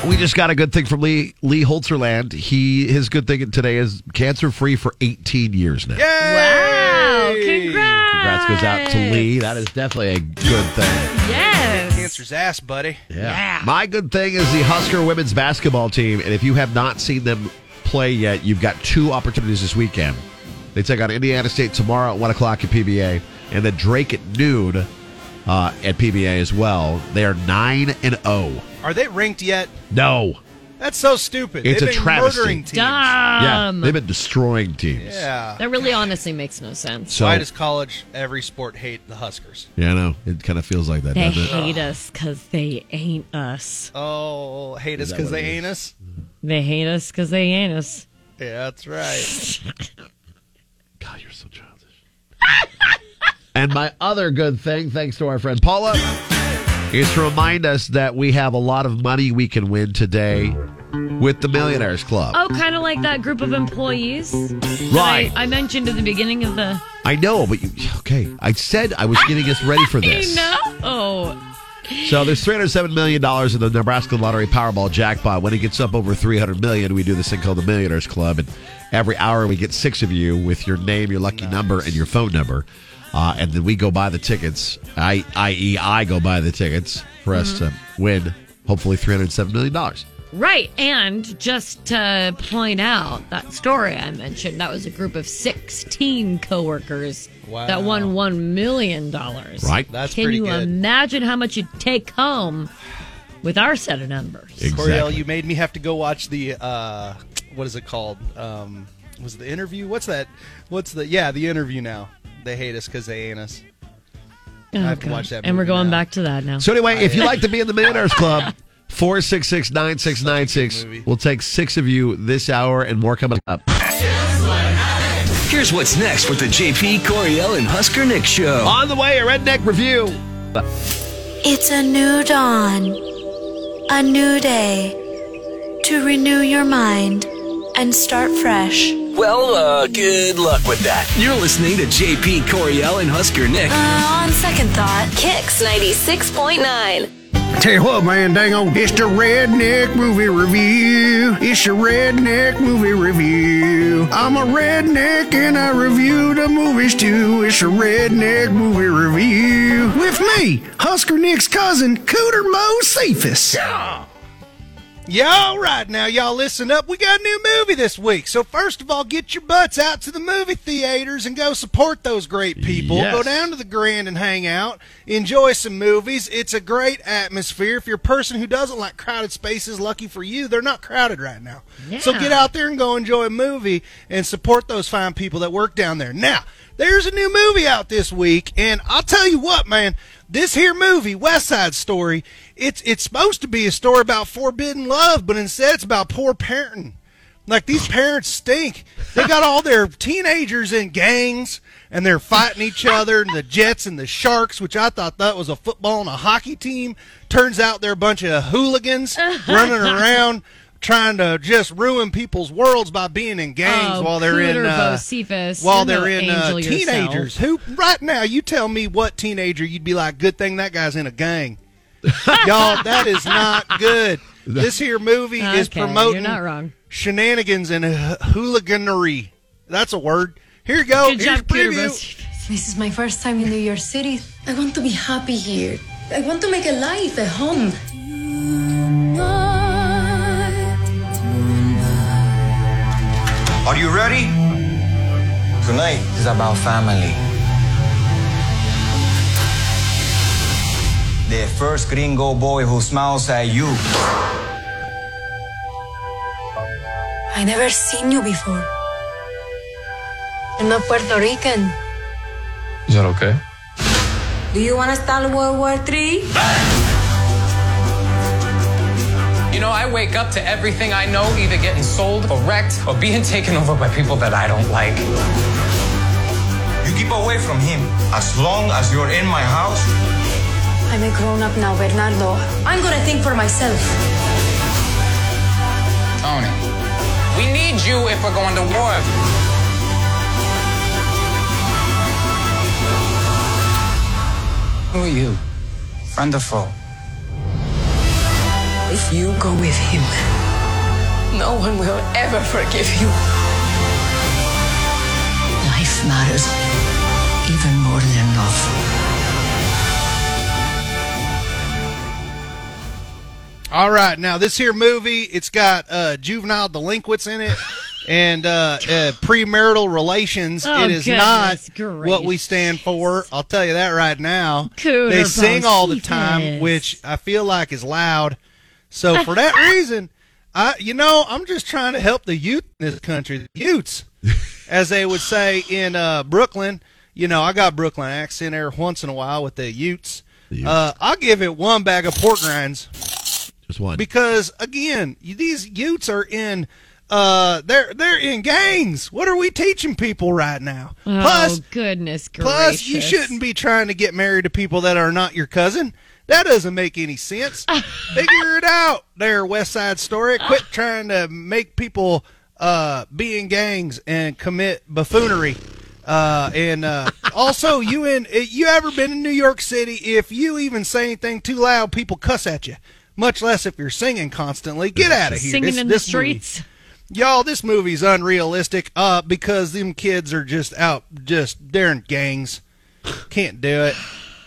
Speaker 9: We just got a good thing from Lee Lee Holzerland. He his good thing today is cancer free for 18 years now.
Speaker 10: Wow. Congrats.
Speaker 9: Congrats goes out to Lee. That is definitely a good thing.
Speaker 10: Yes.
Speaker 8: Cancer's ass, buddy.
Speaker 9: Yeah. My good thing is the Husker women's basketball team, and if you have not seen them play yet, you've got two opportunities this weekend. They take on Indiana State tomorrow at one o'clock at PBA, and then Drake at noon uh, at PBA as well. They are nine and zero.
Speaker 8: Are they ranked yet?
Speaker 9: No,
Speaker 8: That's so stupid.
Speaker 9: It's
Speaker 8: They've
Speaker 9: a
Speaker 8: been
Speaker 9: travesty.
Speaker 8: murdering teams.
Speaker 9: yeah,
Speaker 10: Dumb.
Speaker 9: they've been destroying teams.
Speaker 8: Yeah.
Speaker 10: That really honestly makes no sense.
Speaker 9: So
Speaker 8: Why does college every sport hate the Huskers?
Speaker 9: yeah, I know it kind of feels like that,
Speaker 10: They
Speaker 9: doesn't it?
Speaker 10: hate us because they ain't us.
Speaker 8: Oh, hate us
Speaker 9: that
Speaker 8: because
Speaker 9: what
Speaker 8: they
Speaker 9: it is?
Speaker 8: ain't us.
Speaker 10: They hate us because they ain't us.
Speaker 8: Yeah, that's right.
Speaker 9: God, you're so childish. and my other good thing, thanks to our friend Paula, is to remind us that we have a lot of money we can win today with the Millionaires Club.
Speaker 10: Oh, kind of like that group of employees. that
Speaker 9: Right.
Speaker 10: I, I mentioned at the beginning of the.
Speaker 9: I know, but you, okay. I said I was getting us ready for this.
Speaker 10: I know.
Speaker 9: So there's 307 million dollars in the Nebraska Lottery Powerball jackpot. When it gets up over 300 million, we do this thing called the Millionaires Club, and every hour we get six of you with your name, your lucky number, and your phone number, uh, and then we go buy the tickets. I, i.e., I go buy the tickets for us to win. Hopefully, 307 million dollars.
Speaker 10: Right, and just to point out that story I mentioned, that was a group of 16 coworkers
Speaker 8: Wow.
Speaker 10: that won one million dollars.
Speaker 9: Right?
Speaker 8: That's
Speaker 10: Can
Speaker 8: pretty
Speaker 10: you
Speaker 8: good.
Speaker 10: imagine how much you'd take home with our set of numbers?
Speaker 8: Coriel, you made me have to go watch the uh, what is it called? Um, was it the interview? What's that? What's the yeah the interview now? They hate us because they ain't us.
Speaker 10: Oh,
Speaker 8: I have to
Speaker 10: God.
Speaker 8: watch that.
Speaker 10: And we're
Speaker 8: movie
Speaker 10: going
Speaker 8: now.
Speaker 10: back to that now.
Speaker 9: So anyway, if you like to be in the Millionaires Club, 466-9696. We'll take six of you this hour and more coming up.
Speaker 1: Here's what's next with the JP Coriel and Husker Nick show.
Speaker 9: On the way, a redneck review.
Speaker 14: It's a new dawn, a new day to renew your mind and start fresh.
Speaker 1: Well, uh, good luck with that. You're listening to JP Coriel and Husker Nick.
Speaker 2: Uh, on second thought, Kicks 96.9.
Speaker 15: Tell you what, man, dang on. It's the Redneck Movie Review. It's your Redneck Movie Review. I'm a redneck and I review the movies too. It's your Redneck Movie Review. With me, Husker Nick's cousin, Cooter Mo Cephas.
Speaker 8: Yeah, all right. Now, y'all listen up. We got a new movie this week. So, first of all, get your butts out to the movie theaters and go support those great people.
Speaker 16: Yes.
Speaker 8: Go down to the Grand and hang out. Enjoy some movies. It's a great atmosphere. If you're a person who doesn't like crowded spaces, lucky for you, they're not crowded right now. So,
Speaker 16: Yeah.
Speaker 8: get out there and go enjoy a movie and support those fine people that work down there. Now, there's a new movie out this week, and I'll tell you what, man. This here movie, West Side Story, it's it's supposed to be a story about forbidden love, but instead it's about poor parenting. Like these parents stink. They got all their teenagers in gangs and they're fighting each other and the Jets and the Sharks, which I thought that was a football and a hockey team. Turns out they're a bunch of hooligans running around trying to just ruin people's worlds by being in gangs
Speaker 10: Oh,
Speaker 8: while they're in
Speaker 10: Cooter
Speaker 8: uh,
Speaker 10: Bo Cephas,
Speaker 8: while
Speaker 10: you're
Speaker 8: they're
Speaker 10: no
Speaker 8: in uh,
Speaker 10: angel yourself.
Speaker 8: teenagers. Who right now you tell me what teenager you'd be like? Good thing that guy's in a gang. Y'all, that is not good. This here movie is
Speaker 10: Okay, you're
Speaker 8: promoting
Speaker 10: not wrong.
Speaker 8: shenanigans and h- hooliganery. That's a word. Here you go. Here's a preview.
Speaker 17: This is my first time in New York City. I want to be happy here. I want to make a life, a home.
Speaker 18: Are you ready? Tonight is about family. The first gringo boy who smiles at you.
Speaker 17: I never seen you before. I'm not Puerto Rican.
Speaker 19: Is that okay?
Speaker 17: Do you want to start World War III?
Speaker 20: You know, I wake up to everything I know either getting sold or wrecked or being taken over by people that I don't like.
Speaker 18: You keep away from him. As long as you're in my house,
Speaker 17: I'm a grown up now, Bernardo. I'm gonna think for myself.
Speaker 20: Tony, we need you if we're going to war.
Speaker 18: who are you? Friend or foe?
Speaker 17: If you go with him, no one will ever forgive you. Life matters even more than love.
Speaker 8: All right, now this here movie, it's got uh, juvenile delinquents in it and uh, uh, premarital relations.
Speaker 16: Oh,
Speaker 8: it is
Speaker 16: goodness
Speaker 8: not
Speaker 16: gracious.
Speaker 8: what we stand for. I'll tell you that right now.
Speaker 16: Cooter
Speaker 8: they sing all the
Speaker 16: Bocephus.
Speaker 8: time, which I feel like is loud. So for that reason, I you know I'm just trying to help the youth in this country, the Utes, as they would say in uh, Brooklyn. You know, I got Brooklyn accent every once in a while with the Utes. Uh, I'll give it one bag of pork rinds.
Speaker 9: Just one.
Speaker 8: Because again, you- these Utes are in uh they're they're in gangs. What are we teaching people right now?
Speaker 10: Oh,
Speaker 8: plus
Speaker 10: goodness gracious.
Speaker 8: plus you shouldn't be trying to get married to people that are not your cousin. That doesn't make any sense. Figure it out there, West Side Story. Quit trying to make people uh be in gangs and commit buffoonery. Uh, and uh, also, you in uh, you ever been in New York City? If you even say anything too loud, people cuss at you. Much less if you're singing constantly. Get out of here!
Speaker 10: Singing
Speaker 8: This-
Speaker 10: in the
Speaker 8: this movie-
Speaker 10: streets.
Speaker 8: Y'all, this movie's unrealistic uh, because them kids are just out, just they're in gangs. Can't do it.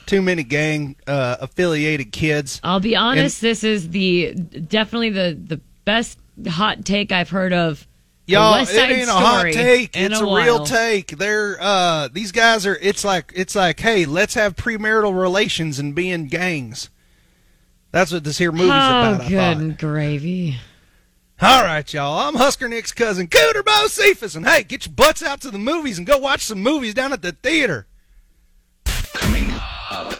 Speaker 8: Too many gang uh, affiliated kids.
Speaker 10: I'll be honest, this is the definitely the the best hot take I've heard of. the
Speaker 8: Y'all,
Speaker 10: West
Speaker 8: it
Speaker 10: Side
Speaker 8: ain't a hot
Speaker 10: Story
Speaker 8: take.
Speaker 10: in
Speaker 8: It's
Speaker 10: a,
Speaker 8: a, real
Speaker 10: while.
Speaker 8: take. They're uh, these guys are. It's like it's like, hey, let's have premarital relations and be in gangs. That's what this here movie's
Speaker 10: oh,
Speaker 8: about. I
Speaker 10: good
Speaker 8: thought.
Speaker 10: and gravy.
Speaker 8: All right, y'all. I'm Husker Nick's cousin, Cooter Bo Cephas, and hey, get your butts out to the movies and go watch some movies down at the theater.
Speaker 13: Up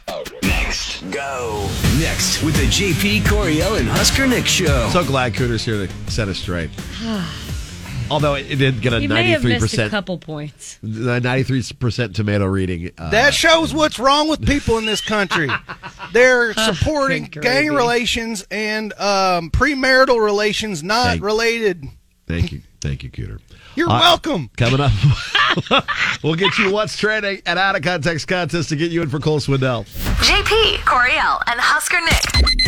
Speaker 1: Go. Next with the JP Coriel and Husker Nick show.
Speaker 9: So glad Cooter's here to set us straight. Although it, it did get a
Speaker 10: you may have
Speaker 9: ninety-three
Speaker 10: missed a
Speaker 9: percent,
Speaker 10: couple points.
Speaker 9: ninety-three percent tomato reading. Uh,
Speaker 8: That shows what's wrong with people in this country. They're supporting
Speaker 9: good
Speaker 8: gang
Speaker 9: gravy.
Speaker 8: relations and um, premarital relations not
Speaker 9: Thank-
Speaker 8: related.
Speaker 9: thank you, thank you, Cooter.
Speaker 8: You're
Speaker 9: Uh,
Speaker 8: welcome.
Speaker 9: Coming up, we'll get you what's trending and out of context contest to get you in for Cole Swindell.
Speaker 2: JP, Coriel, and Husker Nick.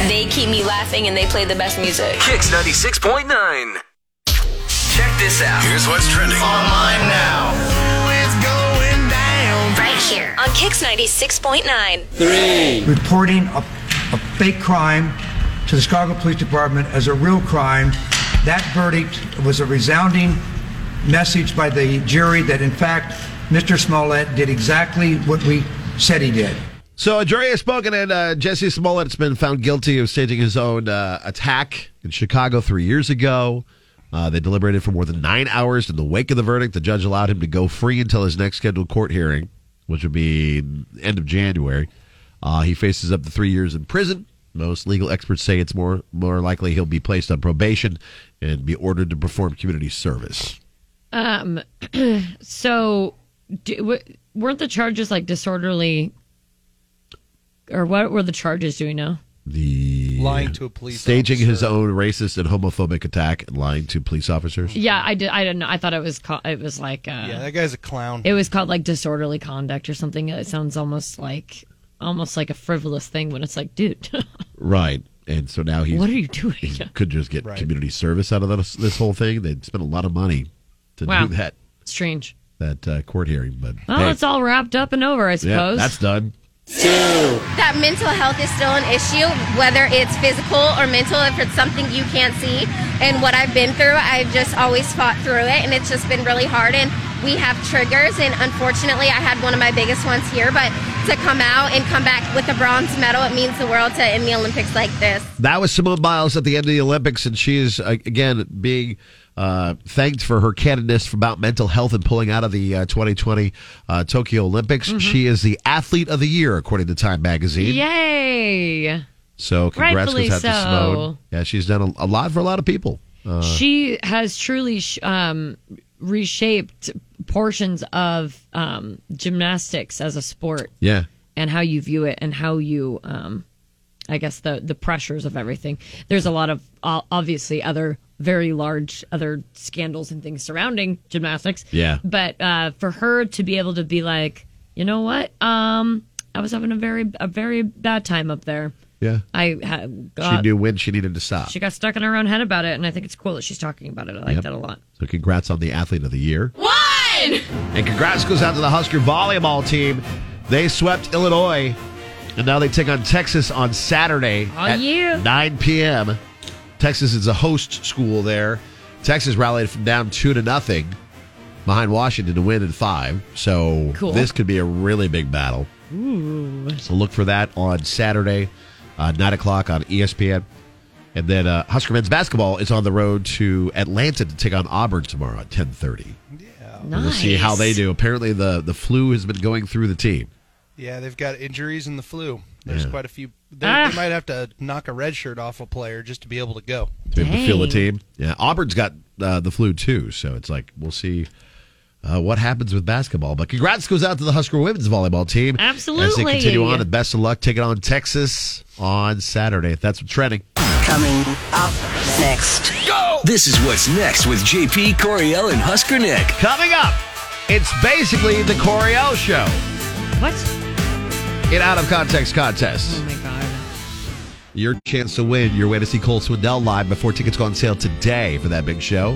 Speaker 2: They keep me laughing and they play the best music.
Speaker 1: Kicks 96.9. Check this out.
Speaker 2: Here's
Speaker 1: what's trending online now.
Speaker 2: It's going down. Right here on Kix 96.9.
Speaker 16: Reporting a, a fake crime to the Chicago Police Department as a real crime, that verdict was a resounding message by the jury that, in fact, Mr. Smollett did exactly what we said he did.
Speaker 9: So a jury has spoken, and uh, Jesse Smollett's been found guilty of staging his own uh, attack in Chicago three years ago. Uh, they deliberated for more than nine hours in the wake of the verdict. The judge allowed him to go free until his next scheduled court hearing, which would be end of January. Uh, he faces up to three years in prison. Most legal experts say it's more more likely he'll be placed on probation and be ordered to perform community service.
Speaker 10: Um. so, do, w- weren't the charges like disorderly, or what were the charges? Do we know?
Speaker 9: The
Speaker 8: Lying to a police
Speaker 9: staging his own racist and homophobic attack and lying to police officers.
Speaker 10: Yeah, I did. I didn't. know. I thought it was called. It was like. Uh,
Speaker 8: Yeah, that guy's a clown.
Speaker 10: It was called like disorderly conduct or something. It sounds almost like almost like a frivolous thing when it's like, dude,
Speaker 9: Right. And so now he
Speaker 10: what are you doing?
Speaker 9: he could just get community service out of this, this whole thing. They'd spent a lot of money to
Speaker 10: Wow.
Speaker 9: do that
Speaker 10: Strange.
Speaker 9: that uh, court hearing, but
Speaker 10: Well,
Speaker 9: hey,
Speaker 10: it's all wrapped up and over, I
Speaker 9: yeah,
Speaker 10: suppose.
Speaker 9: that's done.
Speaker 21: that mental health is still an issue, whether it's physical or mental, if it's something you can't see. And what I've been through, I've just always fought through it, and it's just been really hard. And we have triggers, and unfortunately, I had one of my biggest ones here, but to come out and come back with a bronze medal, it means the world to in the Olympics like this.
Speaker 9: That was Simone Biles at the end of the Olympics, and she is uh, again being uh, thanked for her candidness about mental health and pulling out of the uh, 2020 uh, Tokyo Olympics.
Speaker 10: Mm-hmm.
Speaker 9: She is the athlete of the year, according to Time Magazine.
Speaker 10: Yay!
Speaker 9: So congrats
Speaker 10: Rightfully
Speaker 9: goes out to
Speaker 10: so.
Speaker 9: Simone. Yeah, she's done a, a lot for a lot of people. Uh,
Speaker 10: she has truly sh- um, reshaped portions of um, gymnastics as a sport
Speaker 9: yeah.
Speaker 10: and how you view it and how you um, i guess the the pressures of everything there's a lot of o- obviously other very large other scandals and things surrounding gymnastics
Speaker 22: Yeah.
Speaker 10: but uh, for her to be able to be like you know what um, i was having a very a very bad time up there
Speaker 9: Yeah.
Speaker 10: i ha- got
Speaker 9: she knew when she needed to stop.
Speaker 10: she got stuck in her own head about it, and I think it's cool that she's talking about it. I like
Speaker 9: Yep.
Speaker 10: that a lot.
Speaker 9: So congrats on the athlete of the year. One! And congrats goes out to the Husker volleyball team. They swept Illinois, and now they take on Texas on Saturday
Speaker 10: Oh,
Speaker 9: at
Speaker 10: yeah.
Speaker 9: 9 p.m. Texas is a host school there. Texas rallied from down two to nothing behind Washington to win in five. So
Speaker 10: Cool.
Speaker 9: this could be a really big battle.
Speaker 10: Ooh.
Speaker 9: So look for that on Saturday, uh, 9 o'clock on ESPN. And then uh, Husker men's basketball is on the road to Atlanta to take on Auburn tomorrow at 10.30. Yeah. We'll see how they do. Apparently the, the flu has been going through the team.
Speaker 8: Yeah, they've got injuries in the flu. There's
Speaker 9: Yeah.
Speaker 8: quite a few. They,
Speaker 10: Ah.
Speaker 8: they might have to knock a red shirt off a player just to be able to go.
Speaker 9: To be able to field the team. Yeah, Auburn's got uh, the flu too. So it's like, we'll see uh, what happens with basketball. But congrats goes out to the Husker women's volleyball team. As they
Speaker 10: Absolutely.
Speaker 9: continue on, and best of luck taking on Texas on Saturday. That's what's trending.
Speaker 1: Coming up next. Go! This is what's next with JP Coriel and Husker Nick.
Speaker 9: Coming up, it's basically the Coriel Show.
Speaker 10: What?
Speaker 9: In Out of Context Contest. Oh
Speaker 10: my God.
Speaker 9: Your chance to win your way to see Cole Swindell live before tickets go on sale today for that big show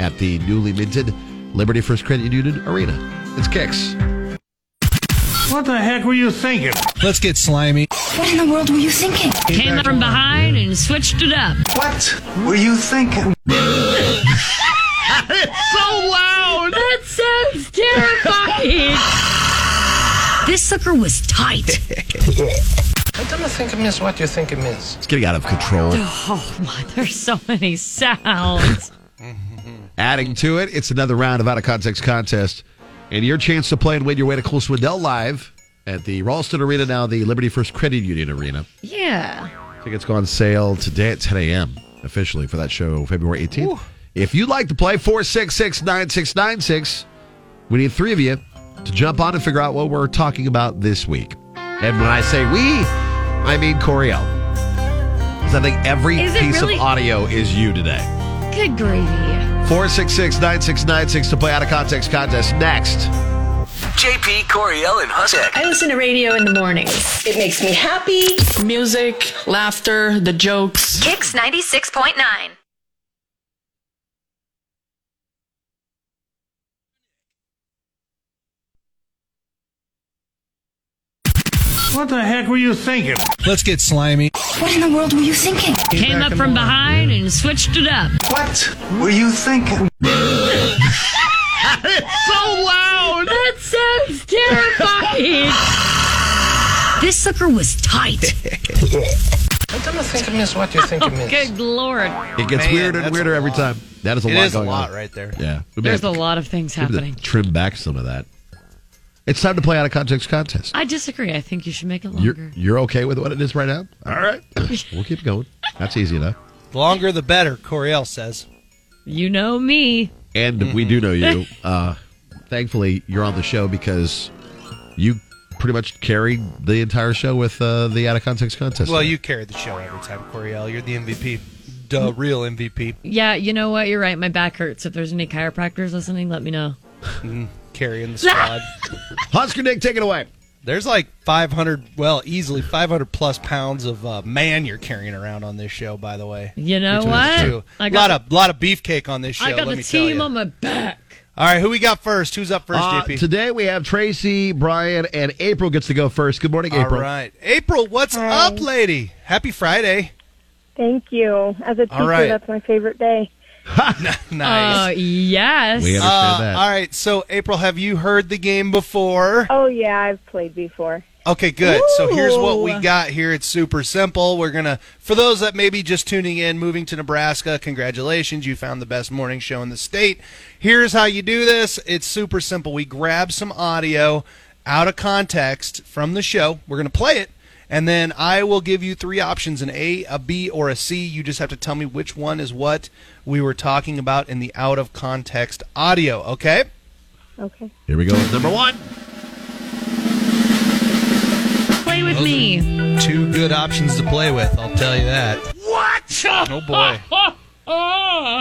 Speaker 9: at the newly minted Liberty First Credit Union Arena. It's Kicks.
Speaker 6: What the heck were you thinking?
Speaker 9: Let's get slimy.
Speaker 10: What in the world were you thinking? Came from behind and switched it up.
Speaker 6: What were you thinking?
Speaker 10: That's so loud. That sounds terrifying. this sucker was tight.
Speaker 13: I don't think I miss what you think I miss.
Speaker 9: It's getting out of control.
Speaker 10: Oh my, there's so many sounds.
Speaker 9: Adding to it, it's another round of Out of Context Contest and your chance to play and win your way to Cole Swindell live at the Ralston Arena, now the Liberty First Credit Union Arena.
Speaker 10: Yeah.
Speaker 9: Tickets go on sale today at 10 a.m. officially for that show, February 18th. If you'd like to play 466 9696, we need three of you to jump on and figure out what we're talking about this week. And when I say we, I mean Coriel. Because I think every
Speaker 10: Is it
Speaker 9: piece
Speaker 10: really-
Speaker 9: of audio is you today.
Speaker 10: Good gravy.
Speaker 9: 466 9696 to play out of context contest next.
Speaker 1: JP Coriel and Hussek.
Speaker 3: I listen to radio in the mornings. It makes me happy. Music, laughter, the jokes.
Speaker 2: Kicks 96.9.
Speaker 6: What the heck were you thinking?
Speaker 8: Let's get slimy.
Speaker 10: What in the world were you thinking? Came up from behind and switched it up.
Speaker 6: What were you thinking?
Speaker 10: That's so loud. That sounds terrifying. this sucker was tight.
Speaker 13: I don't think it means what you think it means.
Speaker 10: Oh, Good lord.
Speaker 9: It gets
Speaker 10: Man,
Speaker 9: weirder and
Speaker 10: that's
Speaker 9: weirder
Speaker 10: a
Speaker 9: every
Speaker 10: lot.
Speaker 9: time. That is a
Speaker 10: It
Speaker 9: lot
Speaker 10: is a
Speaker 9: going
Speaker 10: lot
Speaker 9: on.
Speaker 8: right there.
Speaker 9: Yeah. We may
Speaker 10: There's a
Speaker 9: have to-
Speaker 10: lot of things
Speaker 9: we have to
Speaker 10: happening.
Speaker 9: Trim back some of that. It's time to play out of context contest.
Speaker 10: I disagree. I think you should make it
Speaker 9: You're,
Speaker 10: longer.
Speaker 9: you're okay with what it is right now? All right. we'll keep going. That's easy enough.
Speaker 8: The longer the better, Coriel says.
Speaker 10: You know me.
Speaker 9: And we do know you. Uh, thankfully, you're on the show because you pretty much carried the entire show with uh, the out of context contest.
Speaker 8: Well, you carry the show every time, Coriel. You're the MVP. Duh, real MVP.
Speaker 10: Yeah, you know what? You're right. My back hurts. If there's any chiropractors listening, let me know.
Speaker 8: Mm, carrying the squad.
Speaker 9: Husker Nick, take it away.
Speaker 8: There's like 500, well, easily 500 plus pounds of uh, man you're carrying around on this show. By the way,
Speaker 10: You know
Speaker 8: Which is
Speaker 10: what?
Speaker 8: true.
Speaker 10: I
Speaker 8: A
Speaker 10: got-
Speaker 8: lot of lot of beefcake on this show.
Speaker 10: I got
Speaker 8: let
Speaker 10: the
Speaker 8: me tell
Speaker 10: team
Speaker 8: you.
Speaker 10: on my back.
Speaker 8: All right, who we got first? Who's up first,
Speaker 9: Uh,
Speaker 8: JP?
Speaker 9: today we have Tracy, Brian, and April gets to go first. Good morning, April.
Speaker 8: All right, April, what's up, lady? Happy Friday.
Speaker 22: Thank you. As a
Speaker 8: All
Speaker 22: teacher,
Speaker 8: right.
Speaker 22: that's my favorite day.
Speaker 8: Nice.
Speaker 10: Uh, yes.
Speaker 9: We understand
Speaker 10: Uh,
Speaker 9: that.
Speaker 8: Uh, All right, so April, have you heard the game before?
Speaker 22: Oh yeah, I've played before.
Speaker 8: Okay, good. So here's what we
Speaker 22: Ooh.
Speaker 8: got here. It's super simple. We're going to, for those that may be just tuning in, moving to Nebraska, congratulations. You found the best morning show in the state. Here's how you do this it's super simple. We grab some audio out of context from the show, we're going to play it. And then I will give you three options an A, a B, or a C. You just have to tell me which one is what we were talking about in the out of context audio, okay?
Speaker 22: Okay.
Speaker 9: Here we go. with Number one.
Speaker 10: Play with me.
Speaker 8: Two good options to play with, I'll tell you that.
Speaker 10: What?
Speaker 8: Oh, boy.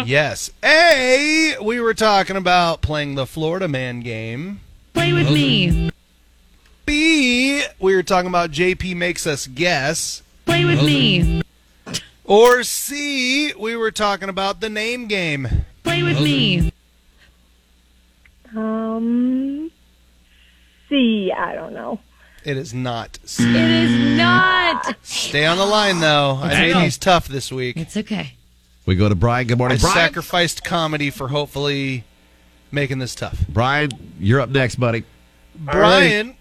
Speaker 8: Yes. A, we were talking about playing the Florida Man game.
Speaker 10: Play with me.
Speaker 8: B, we were talking about JP makes us guess.
Speaker 10: Play with me.
Speaker 8: Or C, we were talking about the name game.
Speaker 10: Play with me.
Speaker 22: Um, C. I don't know.
Speaker 8: It is not.
Speaker 22: It
Speaker 8: C.
Speaker 22: is not.
Speaker 8: Stay on the line, though. I
Speaker 9: Hang
Speaker 8: made
Speaker 9: on.
Speaker 8: these tough this week.
Speaker 10: It's okay.
Speaker 9: We go to Brian.
Speaker 8: I
Speaker 9: Good morning, Brian.
Speaker 8: sacrificed comedy for hopefully making this tough.
Speaker 9: Brian, you're up next, buddy.
Speaker 8: Brian,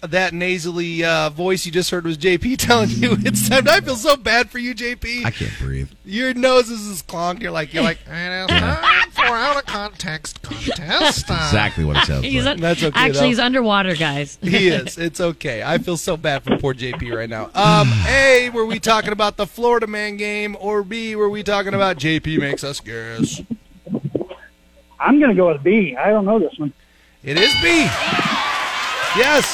Speaker 8: that nasally uh, voice you just heard was JP telling you it's time. I feel so bad for you, JP.
Speaker 9: I can't breathe.
Speaker 8: Your nose is as clonked. You're like, you're like,
Speaker 6: And it's time for out of context contest.
Speaker 9: Exactly what it sounds
Speaker 10: He's
Speaker 9: like.
Speaker 10: un-
Speaker 8: That's okay,
Speaker 10: Actually,
Speaker 8: though.
Speaker 10: he's underwater, guys.
Speaker 8: he is. It's okay. I feel so bad for poor JP right now. Um, A, were we talking about the Florida man game, or B, were we talking about JP makes us guess?
Speaker 23: I'm going to go with B. I don't know this one.
Speaker 8: It is B. Yes.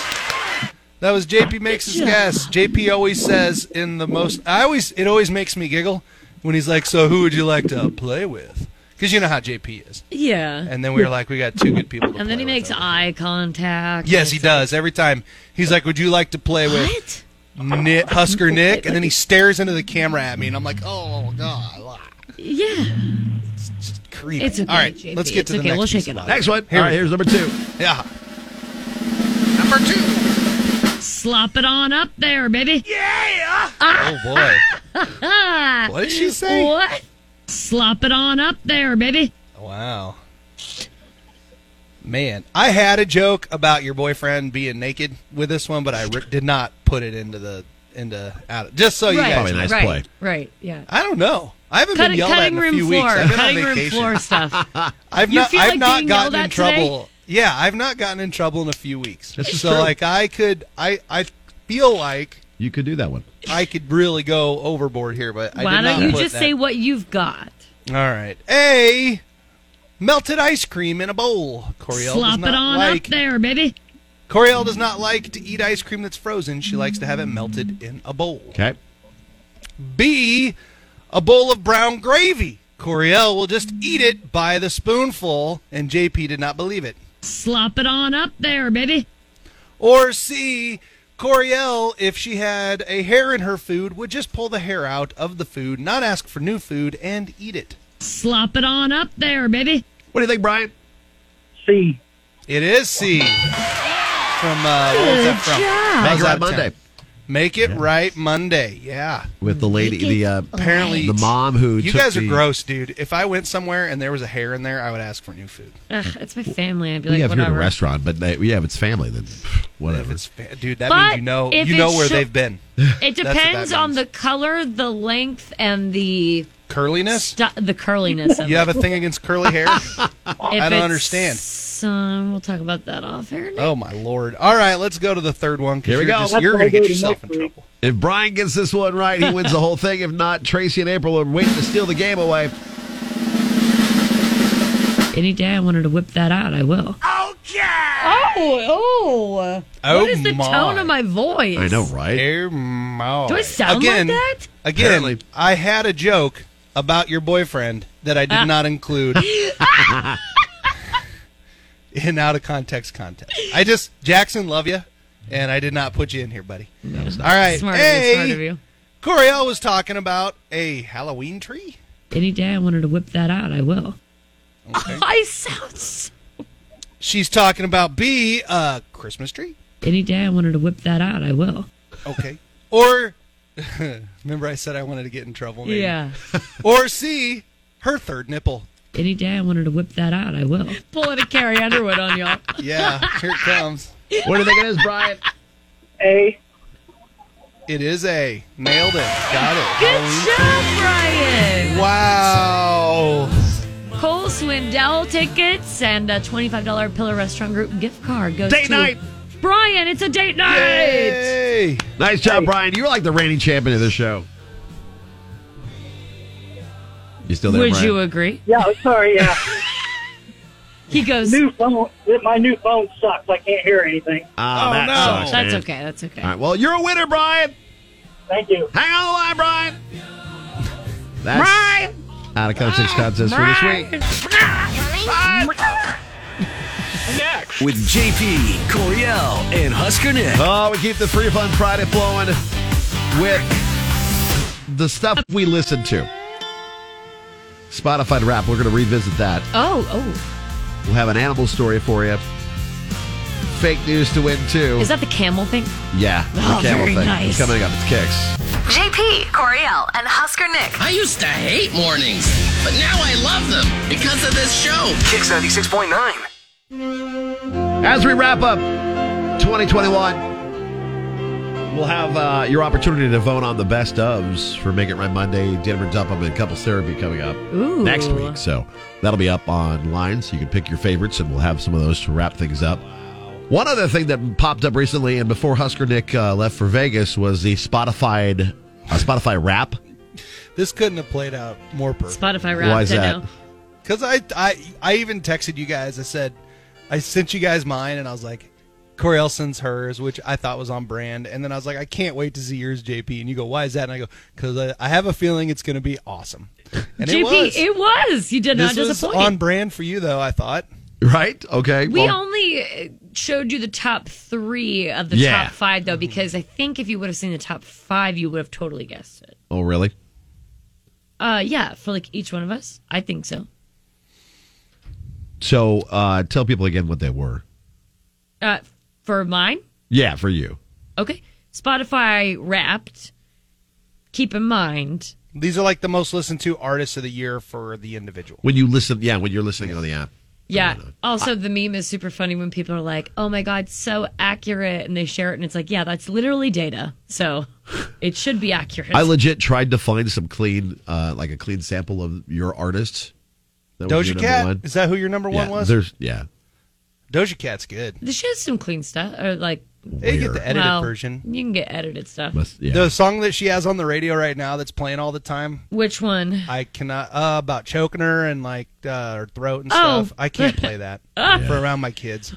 Speaker 8: That was JP makes his guess. JP always says in the most. I always it always makes me giggle when he's like, "So who would you like to play with?" Because you know how JP is.
Speaker 10: yeah.
Speaker 8: And then we were like, "We got two good people." To
Speaker 10: And then he makes eye contact.
Speaker 8: Yes, he does. Every time he's like, "Would you like to play with Ni Husker Nick?" And then he stares into the camera at me, and I'm like, "Oh God,
Speaker 10: Yeah.
Speaker 8: creepy."
Speaker 10: It's okay,
Speaker 8: All right,
Speaker 10: JP.
Speaker 8: let's get
Speaker 10: It's
Speaker 8: to the
Speaker 10: okay.
Speaker 8: next.
Speaker 10: We'll
Speaker 8: piece
Speaker 10: shake it
Speaker 8: of
Speaker 10: off.
Speaker 8: audio.
Speaker 10: Next one.
Speaker 8: Here
Speaker 10: All
Speaker 8: we
Speaker 10: right,
Speaker 8: go.
Speaker 10: here's
Speaker 9: number two.
Speaker 8: Yeah.
Speaker 10: Number two. Slop it on up there, baby. Yeah.
Speaker 8: Oh boy.
Speaker 10: what
Speaker 8: did she say?
Speaker 10: Ah. What? Slop it on up there, baby.
Speaker 8: Wow. Man, I had a joke about your boyfriend being naked with this one, but I re- did not put it into the into out. Just so Oh, you
Speaker 10: Right,
Speaker 8: guys, know.
Speaker 10: right, Right. Yeah.
Speaker 8: I don't know. I haven't
Speaker 10: Cutting-
Speaker 8: been yelled at
Speaker 10: cutting
Speaker 8: in a
Speaker 10: room
Speaker 8: few
Speaker 10: floor,
Speaker 8: weeks. I've been
Speaker 10: cutting
Speaker 8: on
Speaker 10: room
Speaker 8: vacation.
Speaker 10: floor stuff.
Speaker 8: I've
Speaker 10: You
Speaker 8: not.
Speaker 10: feel
Speaker 8: I've
Speaker 10: like
Speaker 8: not
Speaker 10: being
Speaker 8: gotten
Speaker 10: yelled at
Speaker 8: in
Speaker 10: today?
Speaker 8: trouble. Yeah, I've not gotten in trouble in a few weeks.
Speaker 9: This is
Speaker 8: so
Speaker 9: true.
Speaker 8: like I could I I feel like
Speaker 9: You could do that one.
Speaker 8: I could really go overboard here, but I
Speaker 10: Why
Speaker 8: did not
Speaker 10: don't you
Speaker 8: put
Speaker 10: just
Speaker 8: that-
Speaker 10: say what you've got?
Speaker 8: All right. A melted ice cream in a bowl. Coriel
Speaker 10: Slop
Speaker 8: does
Speaker 10: it
Speaker 8: not
Speaker 10: on
Speaker 8: like
Speaker 10: up there, baby.
Speaker 8: Coriel does not like to eat ice cream that's frozen. She likes to have it melted in a bowl.
Speaker 9: Okay.
Speaker 8: B, a bowl of brown gravy. Coriel will just eat it by the spoonful, and JP did not believe it.
Speaker 10: Slop it on up there, baby.
Speaker 8: Or C, Coriel, if she had a hair in her food, would just pull the hair out of the food, not ask for new food, and eat it.
Speaker 10: Slop it on up there, baby.
Speaker 9: What do you think, Brian?
Speaker 8: C. It is C. From uh, what was that
Speaker 9: Good
Speaker 8: from?
Speaker 9: job.
Speaker 8: That was
Speaker 9: Make it
Speaker 8: out
Speaker 9: Right
Speaker 8: of town. Make it
Speaker 9: Monday.
Speaker 8: right Monday. Yeah.
Speaker 9: With the lady, the uh,
Speaker 8: Apparently,
Speaker 9: the mom who
Speaker 8: you
Speaker 9: took
Speaker 8: guys are
Speaker 9: the-
Speaker 8: gross, dude. If I went somewhere and there was a hair in there, I would ask for new food.
Speaker 10: Ugh, it's my family. I'd be
Speaker 9: We
Speaker 10: like,
Speaker 9: have here at
Speaker 10: whatever.
Speaker 9: a restaurant, but they, yeah, if it's family, then pff, whatever.
Speaker 8: dude, that
Speaker 10: But
Speaker 8: means you know
Speaker 10: if
Speaker 8: you
Speaker 10: it
Speaker 8: know where
Speaker 10: sho-
Speaker 8: they've been.
Speaker 10: It
Speaker 8: That's what that
Speaker 10: depends on
Speaker 8: means.
Speaker 10: the color, the length, and the
Speaker 8: curliness.
Speaker 10: stu- the curliness. Of
Speaker 8: You have a
Speaker 10: it.
Speaker 8: thing against curly hair? I don't
Speaker 10: it's-
Speaker 8: understand.
Speaker 10: Some we'll talk about that off air.
Speaker 8: Oh my lord! All right, let's go to the third one. 'cause
Speaker 9: Here we
Speaker 8: you're
Speaker 9: go.
Speaker 8: just- you're going to get yourself in trouble.
Speaker 9: If Brian gets this one right, he wins the whole thing. If not, Tracy and April are waiting to steal the game away.
Speaker 10: Any day I wanted to whip that out, I will. Oh, oh.
Speaker 8: Oh,
Speaker 10: what is the
Speaker 8: my.
Speaker 10: tone of my voice?
Speaker 9: I know, right?
Speaker 8: Oh my.
Speaker 10: Do I sound like
Speaker 8: again,
Speaker 10: that?
Speaker 8: Again,
Speaker 9: Apparently.
Speaker 8: I had a joke about your boyfriend that I
Speaker 10: Ah.
Speaker 8: did not include in out of context content. I just Jackson, love you, and I did not put you in here, buddy. All right,
Speaker 10: Smart of you,
Speaker 8: hey,
Speaker 10: smart of you.
Speaker 8: Coriel was talking about a Halloween tree.
Speaker 10: Any day I wanted to whip that out, I will.
Speaker 8: Okay.
Speaker 10: I sound. s-
Speaker 8: She's talking about B, uh, Christmas tree.
Speaker 10: Any day I wanted to whip that out, I will.
Speaker 8: Okay. Or remember I said I wanted to get in trouble. Maybe.
Speaker 10: Yeah.
Speaker 8: Or C, her third nipple.
Speaker 10: Any day I wanted to whip that out, I will. Pulling a Carrie Underwood on y'all.
Speaker 8: Yeah, here it comes.
Speaker 9: What do you think it is, Brian?
Speaker 8: A. It is A. Nailed it. Got it. Halloween.
Speaker 10: Brian.
Speaker 8: Wow.
Speaker 10: Cole Swindell tickets and a $25 Pillar Restaurant Group gift card goes
Speaker 9: Date
Speaker 10: to
Speaker 9: night.
Speaker 10: Brian, it's a date night.
Speaker 8: Hey.
Speaker 9: Nice job, Brian. You're like the reigning champion of the show. You still there,
Speaker 10: Would
Speaker 9: Brian?
Speaker 10: you agree?
Speaker 23: Yeah, I'm sorry. Yeah.
Speaker 10: he goes.
Speaker 23: New phone. My new phone sucks. I can't hear anything.
Speaker 9: Ah, that sucks,
Speaker 10: That's
Speaker 9: man.
Speaker 10: okay. That's okay.
Speaker 9: All right, well, you're a winner, Brian.
Speaker 23: Thank you.
Speaker 9: Hang on the line, Brian. That's out of
Speaker 23: Ah,
Speaker 9: context contest for this week.
Speaker 1: With JP, Coriel, and Husker Nick.
Speaker 9: Oh, we keep the free fun Friday flowing with the stuff we listen to. Spotify rap. We're going to revisit that.
Speaker 10: Oh, oh.
Speaker 9: We'll have an animal story for you. Fake news to win too.
Speaker 10: Is that the camel thing?
Speaker 9: yeah?
Speaker 10: Oh,
Speaker 9: the camel
Speaker 10: very
Speaker 9: thing
Speaker 10: nice.
Speaker 9: coming up. It's kicks.
Speaker 2: JP, Coriel, and Husker Nick.
Speaker 1: I used to hate mornings, but now I love them because of this show. Kicks 96.9.
Speaker 9: As we wrap up 2021, we'll have uh, your opportunity to vote on the best ofs for Make It Right Monday, Denver Dump 'Em, and Couples Therapy coming up
Speaker 10: Ooh.
Speaker 9: next week. So that'll be up online, so you can pick your favorites, and we'll have some of those to wrap things up. One other thing that popped up recently, and before Husker Nick uh, left for Vegas, was the Spotify uh, Spotify Rap.
Speaker 8: This couldn't have played out more perfect.
Speaker 10: Spotify
Speaker 9: Why is
Speaker 10: wrapped. I
Speaker 9: that?
Speaker 10: know.
Speaker 8: Because I, I, I even texted you guys. I said, I sent you guys mine, and I was like, Corey Elson's hers, which I thought was on brand. And then I was like, I can't wait to see yours, JP. And you go, why is that? And I go, because I, I have a feeling it's going to be awesome. And
Speaker 10: JP,
Speaker 8: it was.
Speaker 10: it was. You did
Speaker 8: this
Speaker 10: not
Speaker 8: was
Speaker 10: disappoint.
Speaker 8: on brand for you, though, I thought.
Speaker 9: Right? Okay.
Speaker 10: We
Speaker 9: well,
Speaker 10: only uh, showed you the top three of the
Speaker 9: Yeah.
Speaker 10: top five, though, because I think if you would have seen the top five, you would have totally guessed it.
Speaker 9: oh, really?
Speaker 10: Uh, yeah, for like each one of us, I think so.
Speaker 9: So uh, tell people again what they were.
Speaker 10: Uh, for mine,
Speaker 9: Yeah, for you.
Speaker 10: okay. Spotify Wrapped. Keep in mind,
Speaker 8: These are like the most listened to artists of the year for the individual.
Speaker 9: When you listen, yeah, when you're listening on the app.
Speaker 10: yeah. Also, the meme is super funny when people are like, "Oh my god, so accurate," and they share it, and it's like, "Yeah, that's literally data, so it should be accurate."
Speaker 9: I legit tried to find some clean, uh, like a clean sample of your artists. That was your
Speaker 8: Doja
Speaker 9: number
Speaker 8: Cat?
Speaker 9: one.
Speaker 8: Is that who your number
Speaker 9: yeah,
Speaker 8: one was?
Speaker 9: There's, yeah.
Speaker 8: Doja Cat's good.
Speaker 10: She has some clean stuff, or like
Speaker 8: They get the edited
Speaker 10: Well,
Speaker 8: version.
Speaker 10: You can get edited stuff.
Speaker 8: The song that she has on the radio right now that's playing all the time.
Speaker 10: Which one?
Speaker 8: I cannot uh, about choking her and like uh, her throat and
Speaker 10: Oh.
Speaker 8: stuff. I can't play that
Speaker 10: Ah.
Speaker 8: for around my kids.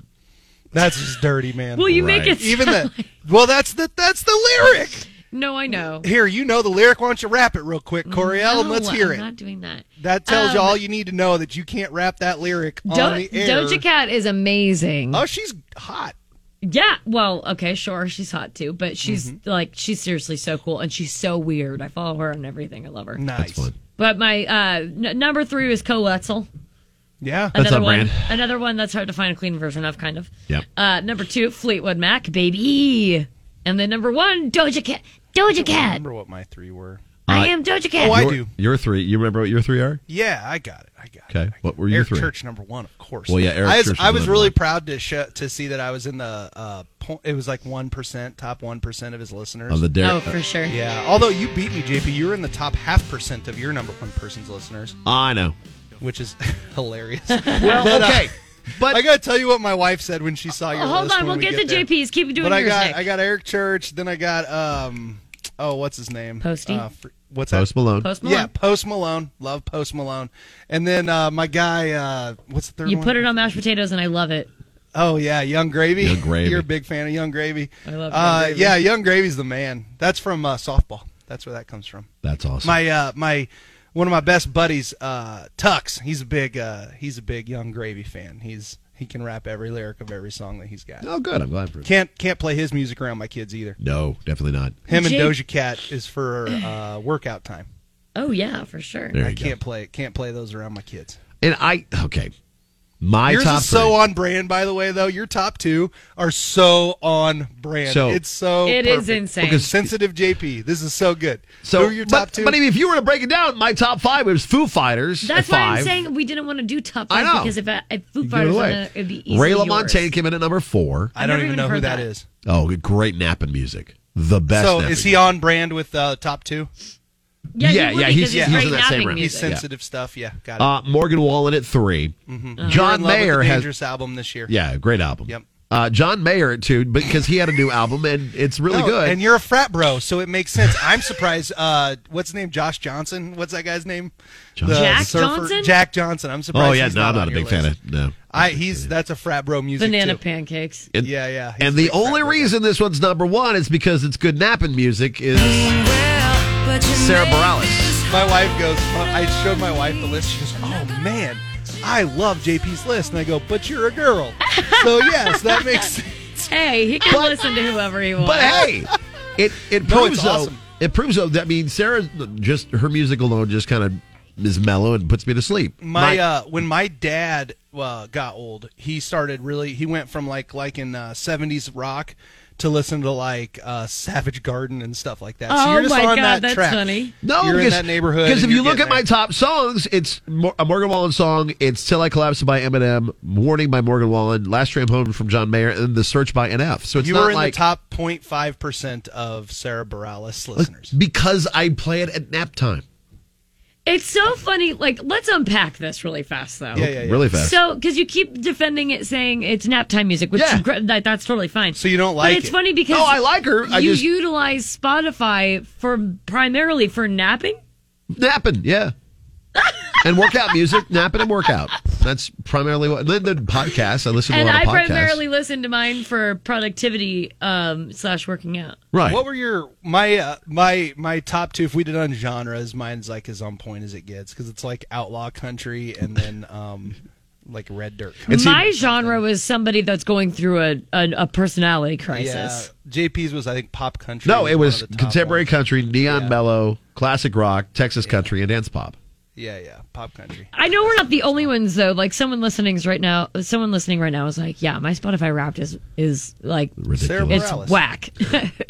Speaker 8: That's just dirty, man.
Speaker 10: Well, you make Right. it
Speaker 8: even
Speaker 10: sound
Speaker 8: the well. That's the that's the lyric.
Speaker 10: No, I know.
Speaker 8: Here, you know the lyric. Why don't you rap it real quick, Coriel, and
Speaker 10: No,
Speaker 8: let's hear
Speaker 10: I'm
Speaker 8: it.
Speaker 10: Not doing that.
Speaker 8: that tells you
Speaker 10: Um,
Speaker 8: all you need to know that you can't rap that lyric
Speaker 10: Do-
Speaker 8: on the air.
Speaker 10: Doja Cat is amazing.
Speaker 8: Oh, she's hot.
Speaker 10: Yeah. Well, okay, sure, she's hot too, but she's
Speaker 8: Mm-hmm.
Speaker 10: like she's seriously so cool and she's so weird. I follow her on everything. I love her.
Speaker 8: Nice.
Speaker 10: But my uh, n- number three is Co Wetzel.
Speaker 8: Yeah,
Speaker 10: another one, Another one that's hard to find a clean version of, kind of.
Speaker 9: Yep.
Speaker 10: Uh, number two, Fleetwood Mac, baby. And then number one, Doja Cat. Doja
Speaker 8: I
Speaker 10: Cat.
Speaker 8: remember what my three were.
Speaker 10: I am Doja Cat.
Speaker 8: Oh, I
Speaker 9: Your-
Speaker 8: do.
Speaker 9: Your three. You remember what your three are?
Speaker 8: Yeah, I got it. I got
Speaker 9: Okay. What were your
Speaker 8: Eric
Speaker 9: three?
Speaker 8: Church number one, of course.
Speaker 9: Well, yeah, Eric
Speaker 8: I was,
Speaker 9: Church.
Speaker 8: I was
Speaker 9: number
Speaker 8: really
Speaker 9: one.
Speaker 8: proud to show, to see that I was in the uh, po- it was like one percent, top one percent of his listeners.
Speaker 9: Of the dare- Oh, for
Speaker 10: sure.
Speaker 8: Yeah. Although you beat me, JP, you were in the top half percent of your number one person's listeners,
Speaker 9: I know.
Speaker 8: which is hilarious.
Speaker 9: Well,
Speaker 8: uh,
Speaker 9: okay, but
Speaker 8: I gotta tell you what my wife said when she saw your.
Speaker 10: Hold
Speaker 8: list
Speaker 10: on,
Speaker 8: when
Speaker 10: we'll
Speaker 8: we
Speaker 10: get to
Speaker 8: there.
Speaker 10: JP's. Keep doing
Speaker 8: But I
Speaker 10: yours,
Speaker 8: got
Speaker 10: Nick.
Speaker 8: I got Eric Church. Then I got um oh what's his name
Speaker 10: Posty?
Speaker 8: Uh, fr- what's
Speaker 9: Post
Speaker 8: that?
Speaker 9: Malone.
Speaker 10: Post Malone.
Speaker 8: Yeah, Post Malone. Love Post Malone. And then uh, my guy, uh, what's the third
Speaker 10: You
Speaker 8: one?
Speaker 10: put it on mashed potatoes, and I love it.
Speaker 8: oh, yeah, Young Gravy.
Speaker 9: Young Gravy.
Speaker 8: You're a big fan of Young Gravy. I
Speaker 10: love Young
Speaker 8: uh,
Speaker 10: Gravy.
Speaker 8: Yeah, Young Gravy's the man. That's from uh, softball. That's where that comes from.
Speaker 9: That's awesome.
Speaker 8: My uh, my one of my best buddies, uh, Tux. He's a big uh, he's a big Young Gravy fan. He's he can rap every lyric of every song that he's got.
Speaker 9: oh, good. I'm glad for it.
Speaker 8: Can't can't play his music around my kids either.
Speaker 9: No, definitely not.
Speaker 8: Him and
Speaker 10: Jake-
Speaker 8: Doja Cat is for uh, workout time.
Speaker 10: Oh yeah, for sure.
Speaker 9: There
Speaker 8: I
Speaker 9: you go.
Speaker 8: can't play can't play those around my kids.
Speaker 9: And I okay. My
Speaker 8: Yours
Speaker 9: top
Speaker 8: is so
Speaker 9: three.
Speaker 8: on brand, by the way. Though your top two are so on brand.
Speaker 9: So-
Speaker 8: it's so
Speaker 10: It
Speaker 8: it
Speaker 10: is
Speaker 8: is
Speaker 10: insane. Because-
Speaker 8: sensitive JP, this is so good.
Speaker 9: So,
Speaker 8: Who are your top
Speaker 9: but,
Speaker 8: two?
Speaker 9: but I mean, if you were to break it down, my top five was Foo Fighters.
Speaker 10: That's
Speaker 9: at
Speaker 10: why
Speaker 9: five.
Speaker 10: I'm saying we didn't want to do top
Speaker 9: I
Speaker 10: five
Speaker 9: know.
Speaker 10: because if, I, if Foo
Speaker 9: Give it
Speaker 10: Fighters,
Speaker 9: away.
Speaker 10: on it, it'd be easily
Speaker 9: Ray
Speaker 10: yours.
Speaker 9: LaMontagne came in at number four.
Speaker 8: I don't
Speaker 10: never
Speaker 8: even
Speaker 10: even
Speaker 8: know who
Speaker 10: heard
Speaker 8: that
Speaker 10: that.
Speaker 8: is.
Speaker 9: Oh, great napping music. The best.
Speaker 8: so
Speaker 9: napping
Speaker 8: is he on brand with uh, top two?
Speaker 10: Yeah,
Speaker 9: Yeah,
Speaker 10: yeah,
Speaker 9: yeah,
Speaker 10: He's,
Speaker 9: he's- he's
Speaker 10: great
Speaker 9: in that same
Speaker 10: napping
Speaker 9: room.
Speaker 8: He's
Speaker 10: music.
Speaker 9: Yeah.
Speaker 8: sensitive stuff. Yeah, got it.
Speaker 9: Uh, Morgan Wallen at 3
Speaker 8: Mm-hmm.
Speaker 10: Uh-huh.
Speaker 8: You're
Speaker 9: John
Speaker 8: in love with
Speaker 9: Mayer
Speaker 8: the
Speaker 9: has.
Speaker 8: Dangerous album this year.
Speaker 9: Yeah, great album.
Speaker 8: Yep.
Speaker 9: Uh, John Mayer at two because he had a new album and it's really
Speaker 8: No,
Speaker 9: good.
Speaker 8: And you're a frat bro, so it makes sense. I'm surprised. Uh, what's his name? Josh Johnson. What's that guy's name? The
Speaker 10: Jack Johnson?
Speaker 8: Jack Johnson. I'm surprised.
Speaker 9: oh yeah,
Speaker 8: he's
Speaker 9: no, I'm
Speaker 8: on
Speaker 9: not a
Speaker 8: your
Speaker 9: big fan
Speaker 8: list.
Speaker 9: of no.
Speaker 8: I he's that's a frat bro music.
Speaker 10: Banana
Speaker 8: too.
Speaker 10: pancakes.
Speaker 9: And-
Speaker 8: Yeah, yeah. he's
Speaker 9: And
Speaker 8: a
Speaker 9: the
Speaker 8: big frat
Speaker 9: only
Speaker 8: bro.
Speaker 9: reason this one's number one is because it's good napping music. Is Sarah Bareilles?
Speaker 8: My wife goes, I showed my wife the list. She goes, Oh man, I love JP's list. And I go, But you're a girl. so, yes, that makes sense.
Speaker 10: Hey, he can listen to whoever he wants.
Speaker 9: But hey, it it
Speaker 8: No,
Speaker 9: proves
Speaker 8: it's
Speaker 9: though.
Speaker 8: awesome.
Speaker 9: It proves though. That I mean, Sarah just her music alone just kind of is mellow and puts me to sleep.
Speaker 8: My, uh, when my dad uh, got old, he started really, he went from like, like in uh, 70s rock to listen to like uh, Savage Garden and stuff like that. so
Speaker 10: Oh
Speaker 8: you're just
Speaker 10: my
Speaker 8: on
Speaker 10: God,
Speaker 8: that
Speaker 10: that's
Speaker 8: track.
Speaker 10: funny.
Speaker 9: No,
Speaker 8: you're in
Speaker 9: because,
Speaker 8: that neighborhood.
Speaker 9: Because if
Speaker 8: and
Speaker 9: you
Speaker 8: you're
Speaker 9: look
Speaker 8: getting
Speaker 9: at my
Speaker 8: there.
Speaker 9: top songs, it's Mor- a Morgan Wallen song. It's "Till I Collapse" by Eminem, "Warning" by Morgan Wallen, "Last Tram Home" from John Mayer, and "The Search" by NF. So it's
Speaker 8: you
Speaker 9: not
Speaker 8: were in
Speaker 9: like
Speaker 8: the top 0.5% of Sarah Bareilles listeners.
Speaker 9: because I play it at nap time.
Speaker 10: It's so funny. Like, let's unpack this really fast, though.
Speaker 8: Yeah, yeah, yeah.
Speaker 9: Really fast.
Speaker 10: So, because you keep defending it, saying it's nap time music, which is gr- that, that's totally fine.
Speaker 8: So you don't like
Speaker 10: but it's
Speaker 8: it.
Speaker 10: funny because
Speaker 9: No, Oh, I like her. I
Speaker 10: you
Speaker 9: just-
Speaker 10: utilize Spotify for primarily for napping.
Speaker 9: napping, yeah. and workout music, napping and workout. That's primarily what. Then the podcast. I listen to a
Speaker 10: and
Speaker 9: lot
Speaker 10: I
Speaker 9: of podcasts.
Speaker 10: primarily listen to mine for productivity um, slash working out.
Speaker 9: right.
Speaker 8: What were your my uh, my my top two? If we did on genres, mine's like as on point as it gets because it's like outlaw country and then um like red dirt. Country.
Speaker 10: My genre was somebody that's going through a, a, a personality crisis.
Speaker 8: Yeah, JP's was I think pop country.
Speaker 9: no, it
Speaker 8: one
Speaker 9: was
Speaker 8: of the top
Speaker 9: contemporary
Speaker 8: ones.
Speaker 9: country, neon mellow, classic rock, Texas country, and dance pop.
Speaker 8: Yeah, yeah, pop country.
Speaker 10: I know we're not the only ones though. Like someone listening right now, someone listening right now is like, "Yeah, my Spotify Wrapped is is like
Speaker 9: Ridiculous.
Speaker 10: it's
Speaker 8: Morales.
Speaker 10: whack."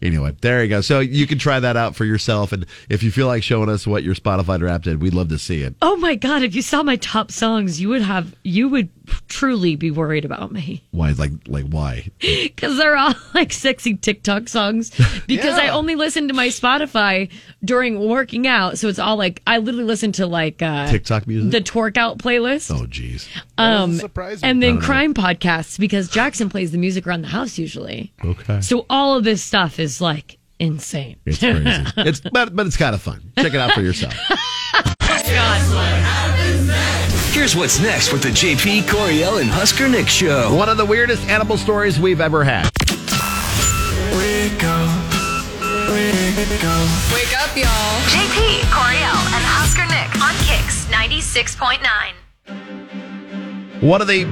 Speaker 9: Anyway, there you go. So you can try that out for yourself, and if you feel like showing us what your Spotify rap did, we'd love to see it.
Speaker 10: oh my god! If you saw my top songs, you would have you would truly be worried about me
Speaker 9: Why? Like, like why?
Speaker 10: because they're all like sexy TikTok songs. Because I
Speaker 9: Yeah.
Speaker 10: only listen to my Spotify during working out, so it's all like I literally listen to like uh,
Speaker 9: TikTok music?
Speaker 10: the twerk out playlist.
Speaker 9: Oh, jeez.
Speaker 10: Um, and
Speaker 9: I
Speaker 10: then
Speaker 9: don't know.
Speaker 10: crime podcasts because Jackson plays the music around the house usually.
Speaker 9: Okay.
Speaker 10: So all of this stuff is like insane.
Speaker 9: It's crazy. it's but but it's kind of fun. Check it out for yourself.
Speaker 1: Here's what's next with the JP Coriel and Husker Nick show.
Speaker 9: One of the weirdest animal stories we've ever had.
Speaker 1: Wake up, wake up.
Speaker 2: Wake up, y'all. JP, Coriel, and Husker Nick on Kicks 96.9.
Speaker 9: One of the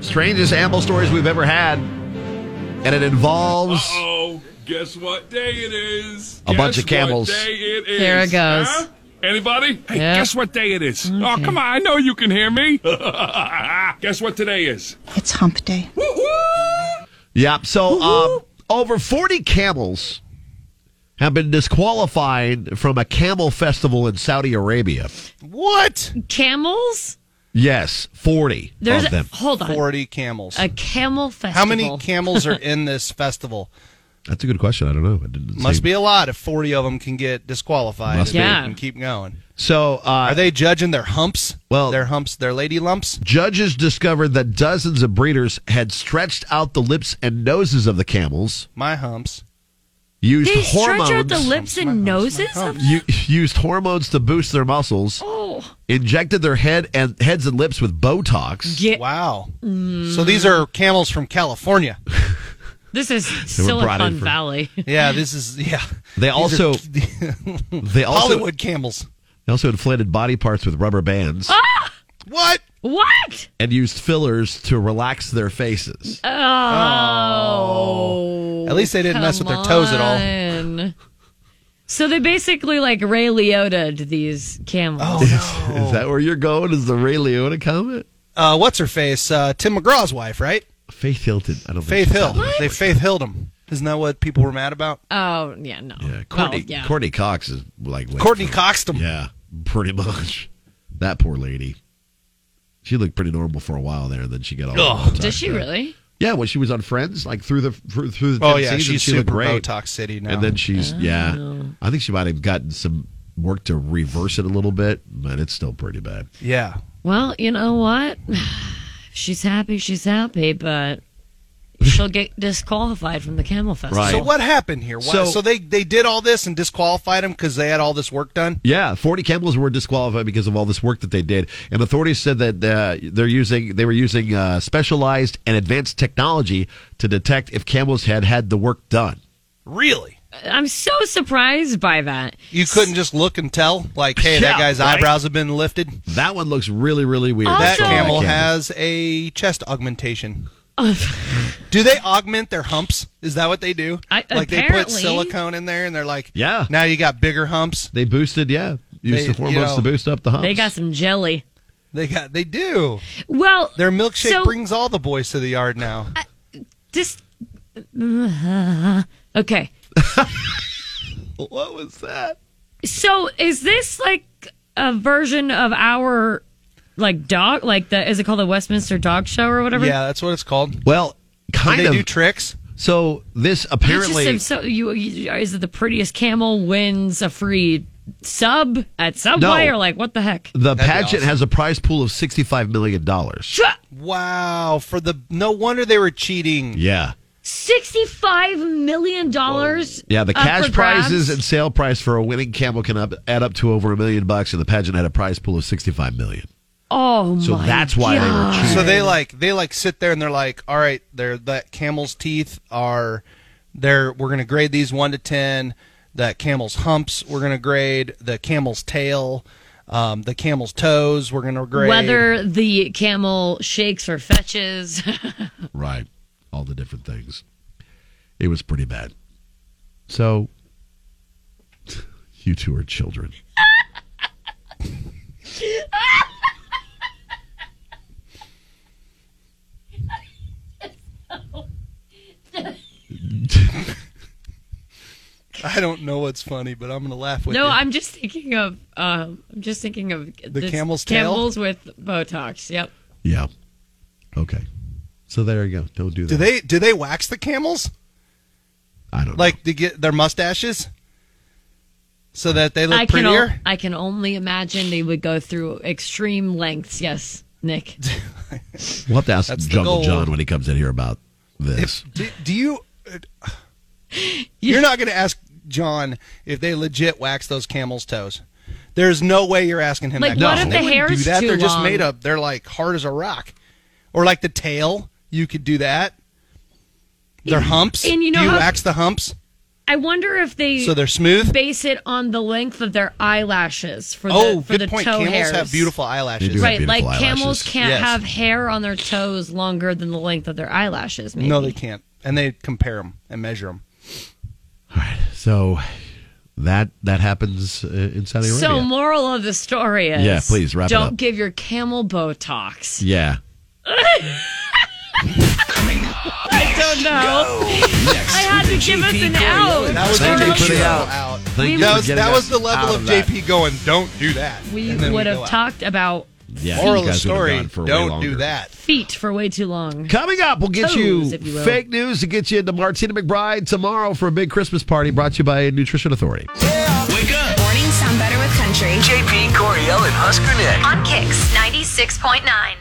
Speaker 9: strangest animal stories we've ever had, and it involves
Speaker 4: Oh, guess what day it is?
Speaker 9: A bunch of
Speaker 4: Guess what
Speaker 9: camels.
Speaker 4: day it is?
Speaker 10: There it goes.
Speaker 4: Huh? Anybody? Hey,
Speaker 10: Yeah.
Speaker 4: guess what day it is? Oh, come on! I know you can hear me. guess what today is?
Speaker 7: It's hump day.
Speaker 9: Yep. So um, over 40 camels have been disqualified from a camel festival in Saudi Arabia.
Speaker 10: What? Camels?
Speaker 9: Yes, 40
Speaker 10: There's
Speaker 9: of them.
Speaker 10: hold on.
Speaker 8: 40 camels.
Speaker 10: A camel festival.
Speaker 8: How many camels are in this festival?
Speaker 9: That's a good question. I don't know. I didn't
Speaker 8: Must
Speaker 9: see-
Speaker 8: be a lot if 40 of them can get disqualified
Speaker 9: Must
Speaker 8: and they
Speaker 9: be.
Speaker 8: can keep going.
Speaker 9: So, uh,
Speaker 8: Are they judging their humps?
Speaker 9: Well-
Speaker 8: their humps, their lady lumps?
Speaker 9: Judges discovered that dozens of breeders had stretched out the lips and noses of the camels,
Speaker 8: My humps.
Speaker 9: used
Speaker 10: They
Speaker 9: hormones,
Speaker 10: stretch out the lips and noses of
Speaker 9: u- used hormones to boost their muscles,
Speaker 10: Oh.
Speaker 9: injected their head and heads and lips with Botox.
Speaker 8: Wow.
Speaker 9: Mm.
Speaker 8: So these are camels from California.
Speaker 10: This is
Speaker 9: brought in
Speaker 10: Silicon
Speaker 9: from-
Speaker 10: Valley.
Speaker 8: Yeah, this is yeah.
Speaker 9: They
Speaker 8: These are-
Speaker 9: also they also
Speaker 8: Hollywood camels.
Speaker 9: They also inflated body parts with rubber bands
Speaker 10: Ah!
Speaker 8: What?
Speaker 10: What?
Speaker 9: and used fillers to relax their faces.
Speaker 10: Oh.
Speaker 9: At least they didn't mess with their toes at all.
Speaker 10: all. So they basically like Ray Liotta'd these camels.
Speaker 9: Oh. Is that where you're going? Is the Ray Liotta comment?
Speaker 8: Uh, what's her face? Uh, Tim McGraw's wife, right?
Speaker 9: Faith Hilton. I don't
Speaker 8: Faith
Speaker 9: think she's
Speaker 8: Hill.
Speaker 9: on
Speaker 8: They Faith Hilled him. Isn't that what people were mad about?
Speaker 10: Oh, yeah, no.
Speaker 9: Yeah, Courtney,
Speaker 10: Well, yeah.
Speaker 9: Courtney Cox is like wait
Speaker 8: Courtney
Speaker 9: for-
Speaker 8: Coxtum.
Speaker 9: Yeah, pretty much. That poor lady. She looked pretty normal for a while there, and then she got all. Botoxed
Speaker 10: Does she
Speaker 9: up.
Speaker 10: really?
Speaker 9: Yeah, when she was on Friends, like through the through, through the
Speaker 8: Oh,
Speaker 9: 10
Speaker 8: yeah,
Speaker 9: seasons,
Speaker 8: she's
Speaker 9: she looked
Speaker 8: super
Speaker 9: great.
Speaker 8: Botox city now.
Speaker 9: And then she's
Speaker 10: Oh.
Speaker 9: yeah, I think she might have gotten some work to reverse it a little bit, but it's still pretty bad.
Speaker 8: Yeah.
Speaker 10: Well, you know what? She's happy, she's happy, but she'll get disqualified from the camel festival.
Speaker 9: Right.
Speaker 8: So what happened here? Why, so,
Speaker 9: So-
Speaker 8: they they did all this and disqualified him because they had all this work done.
Speaker 9: Yeah, 40 camels were disqualified because of all this work that they did, and authorities said that uh, they're using they were using uh, specialized and advanced technology to detect if camels had had the work done.
Speaker 8: Really?
Speaker 10: I'm so surprised by that.
Speaker 8: You couldn't just look and tell, like, hey, that
Speaker 9: Yeah,
Speaker 8: guy's
Speaker 9: right.
Speaker 8: eyebrows have been lifted.
Speaker 9: That one looks really really weird.
Speaker 8: that
Speaker 9: So, uh,
Speaker 8: camel has a chest augmentation.
Speaker 9: Oh.
Speaker 8: do they augment their humps? Is that what they do?
Speaker 10: I-
Speaker 8: like they put
Speaker 10: apparently.
Speaker 8: silicone in there, and they're like,
Speaker 9: Yeah.
Speaker 8: now you got bigger humps.
Speaker 9: They boosted, yeah. Used
Speaker 8: They-
Speaker 9: the hormones
Speaker 8: you know,
Speaker 9: to boost up the hump.
Speaker 10: They got some jelly.
Speaker 8: They got they do.
Speaker 10: Well,
Speaker 8: Their milkshake
Speaker 10: so-
Speaker 8: brings all the boys to the yard now.
Speaker 10: Just okay.
Speaker 9: what was that?
Speaker 10: So is this like a version of our like dog? Like the is it called the Westminster Dog Show or whatever?
Speaker 8: yeah, that's what it's called.
Speaker 9: Well, kind
Speaker 8: do they
Speaker 9: of
Speaker 8: do tricks.
Speaker 9: So this apparently
Speaker 10: It's just if so you, you is it the prettiest camel wins a free sub at Subway
Speaker 9: No.
Speaker 10: or like what the heck?
Speaker 9: the pageant has a prize pool of sixty-five million dollars.
Speaker 8: Wow, for the no wonder they were cheating.
Speaker 9: Yeah,
Speaker 10: Sixty-five million dollars. uh,
Speaker 9: yeah. The
Speaker 10: up for
Speaker 9: cash
Speaker 10: grabs?
Speaker 9: prizes and sale price for a winning camel can up, add up to over a million bucks, and the pageant had a prize pool of sixty-five million.
Speaker 10: Oh
Speaker 9: So
Speaker 10: my
Speaker 9: that's why they were
Speaker 10: God.
Speaker 9: cheating.
Speaker 8: So they like they like sit there and they're like, all right, they're that camel's teeth are they're we're gonna grade these one to ten. That camel's humps we're gonna grade. The camel's tail, um, the camel's toes we're gonna grade.
Speaker 10: Whether the camel shakes or fetches.
Speaker 9: Right, all the different things. It was pretty bad. So you two are children.
Speaker 8: I don't know what's funny, but I'm gonna laugh with
Speaker 10: no,
Speaker 8: you.
Speaker 10: I'm just thinking of um, I'm just thinking of
Speaker 8: The
Speaker 10: this
Speaker 8: camel's tail?
Speaker 10: camels with Botox. Yep.
Speaker 9: Yeah. Okay. So there you go. Don't do that.
Speaker 8: Do they do they wax the camels?
Speaker 9: I don't
Speaker 8: like to get their mustaches so that they look
Speaker 10: I can,
Speaker 8: prettier.
Speaker 10: o- I can only imagine they would go through extreme lengths. Yes, Nick.
Speaker 9: We'll have to ask
Speaker 8: That's the
Speaker 9: Jungle
Speaker 8: goal.
Speaker 9: John when he comes in here about this.
Speaker 8: do, do you? You're not going to ask John if they legit wax those camels' toes. There's no way you're asking him.
Speaker 10: Like,
Speaker 8: that
Speaker 10: what
Speaker 8: question.
Speaker 10: if the
Speaker 8: They wouldn't
Speaker 10: hair's
Speaker 8: do that?
Speaker 10: too
Speaker 8: They're just
Speaker 10: long?
Speaker 8: made up. They're like hard as a rock, or like the tail. You could do that. They're humps.
Speaker 10: and you know
Speaker 8: do you
Speaker 10: how-
Speaker 8: wax the humps?
Speaker 10: I wonder if they
Speaker 8: So they're smooth?
Speaker 10: Base it on the length of their eyelashes for the
Speaker 8: oh,
Speaker 10: for
Speaker 8: good
Speaker 10: the
Speaker 8: point.
Speaker 10: toe
Speaker 8: Camels
Speaker 10: hairs.
Speaker 8: have beautiful eyelashes.
Speaker 10: right, like camels can't
Speaker 8: Yes.
Speaker 10: have hair on their toes longer than the length of their eyelashes. Maybe.
Speaker 8: No, they can't. And they compare them and measure them.
Speaker 9: So that that happens uh, in Saudi Arabia.
Speaker 10: So, moral of the story is
Speaker 9: Yeah, please, wrap it
Speaker 10: Don't
Speaker 9: up.
Speaker 10: give your camel Botox.
Speaker 9: yeah.
Speaker 10: I don't know. I had to give us an out.
Speaker 8: That was
Speaker 9: Thank
Speaker 8: the
Speaker 9: you
Speaker 8: JP
Speaker 9: for the
Speaker 8: out.
Speaker 9: out.
Speaker 8: out.
Speaker 9: Thank you
Speaker 8: that
Speaker 9: for
Speaker 8: was,
Speaker 9: getting
Speaker 8: that was
Speaker 9: us
Speaker 8: the level
Speaker 9: out
Speaker 8: of,
Speaker 9: of that.
Speaker 8: JP going, don't do that.
Speaker 10: We
Speaker 8: And then
Speaker 10: would
Speaker 8: go
Speaker 10: have
Speaker 8: out.
Speaker 10: talked about
Speaker 9: Yeah,
Speaker 8: Moral
Speaker 9: you
Speaker 8: of the
Speaker 9: guys would've
Speaker 8: story,
Speaker 9: gone for way
Speaker 8: don't
Speaker 9: longer.
Speaker 8: do that.
Speaker 10: feet for way too long.
Speaker 9: Coming up, we'll get
Speaker 10: Toes,
Speaker 9: you,
Speaker 10: if you will.
Speaker 9: fake news to get you into Martina McBride tomorrow for a big Christmas party brought to you by Nutrition Authority.
Speaker 2: Wake up. Mornings sound better with country.
Speaker 1: JP Coriel and Husker Nick.
Speaker 2: On Kicks 96.9.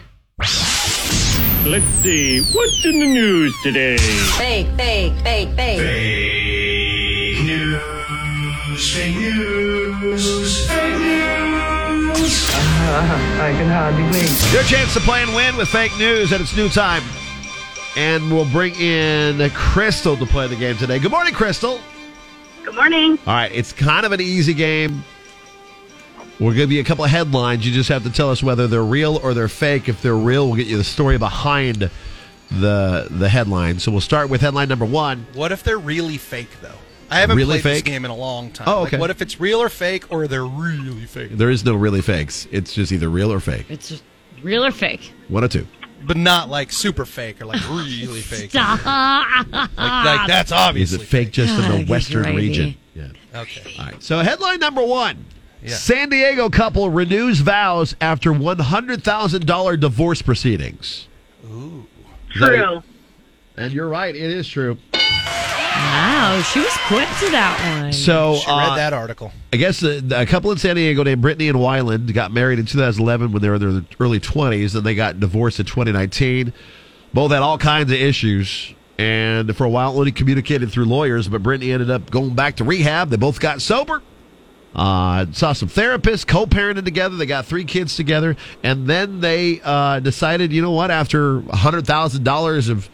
Speaker 7: Let's see, what's in the news today?
Speaker 2: Fake, fake, fake, fake.
Speaker 7: Fake news, fake news, fake news.
Speaker 9: I can hardly wait. Your chance to play and win with fake news at its new time. And we'll bring in Crystal to play the game today. Good morning, Crystal.
Speaker 6: Good morning.
Speaker 9: All right, it's kind of an easy game. We'll give you a couple of headlines. You just have to tell us whether they're real or they're fake. If they're real, we'll get you the story behind the the headline. So we'll start with headline number one.
Speaker 8: What if they're really fake, though? I haven't
Speaker 9: Really
Speaker 8: played this
Speaker 9: fake?
Speaker 8: game in a long time.
Speaker 9: Oh,
Speaker 8: Like,
Speaker 9: okay.
Speaker 8: what if it's real or fake, or they're really fake?
Speaker 9: There is no really fakes. It's just either real or fake.
Speaker 10: It's just real or fake.
Speaker 9: One or two.
Speaker 8: But not like super fake or like really fake.
Speaker 10: Stop.
Speaker 8: Like, like that's obviously
Speaker 9: Is it fake just
Speaker 10: God, I
Speaker 9: in
Speaker 10: guess
Speaker 9: the western
Speaker 10: you're right,
Speaker 9: region?
Speaker 10: Amy.
Speaker 9: Yeah.
Speaker 8: Okay.
Speaker 9: All right. So headline number one: San Diego couple renews vows after one hundred thousand dollar divorce proceedings.
Speaker 8: Ooh.
Speaker 9: True. And you're right. It is true.
Speaker 10: Wow, she was quick to that one.
Speaker 9: So
Speaker 8: She read
Speaker 9: uh,
Speaker 8: that article.
Speaker 9: I guess the, the- a couple in San Diego named Brittany and Wyland got married in 2011 when they were in their early 20s, and they got divorced in 2019. Both had all kinds of issues, and for a while only communicated through lawyers. But Brittany ended up going back to rehab. They both got sober, uh, saw some therapists, co-parented together. They got three kids together, and then they uh, decided, you know what? After hundred thousand dollars of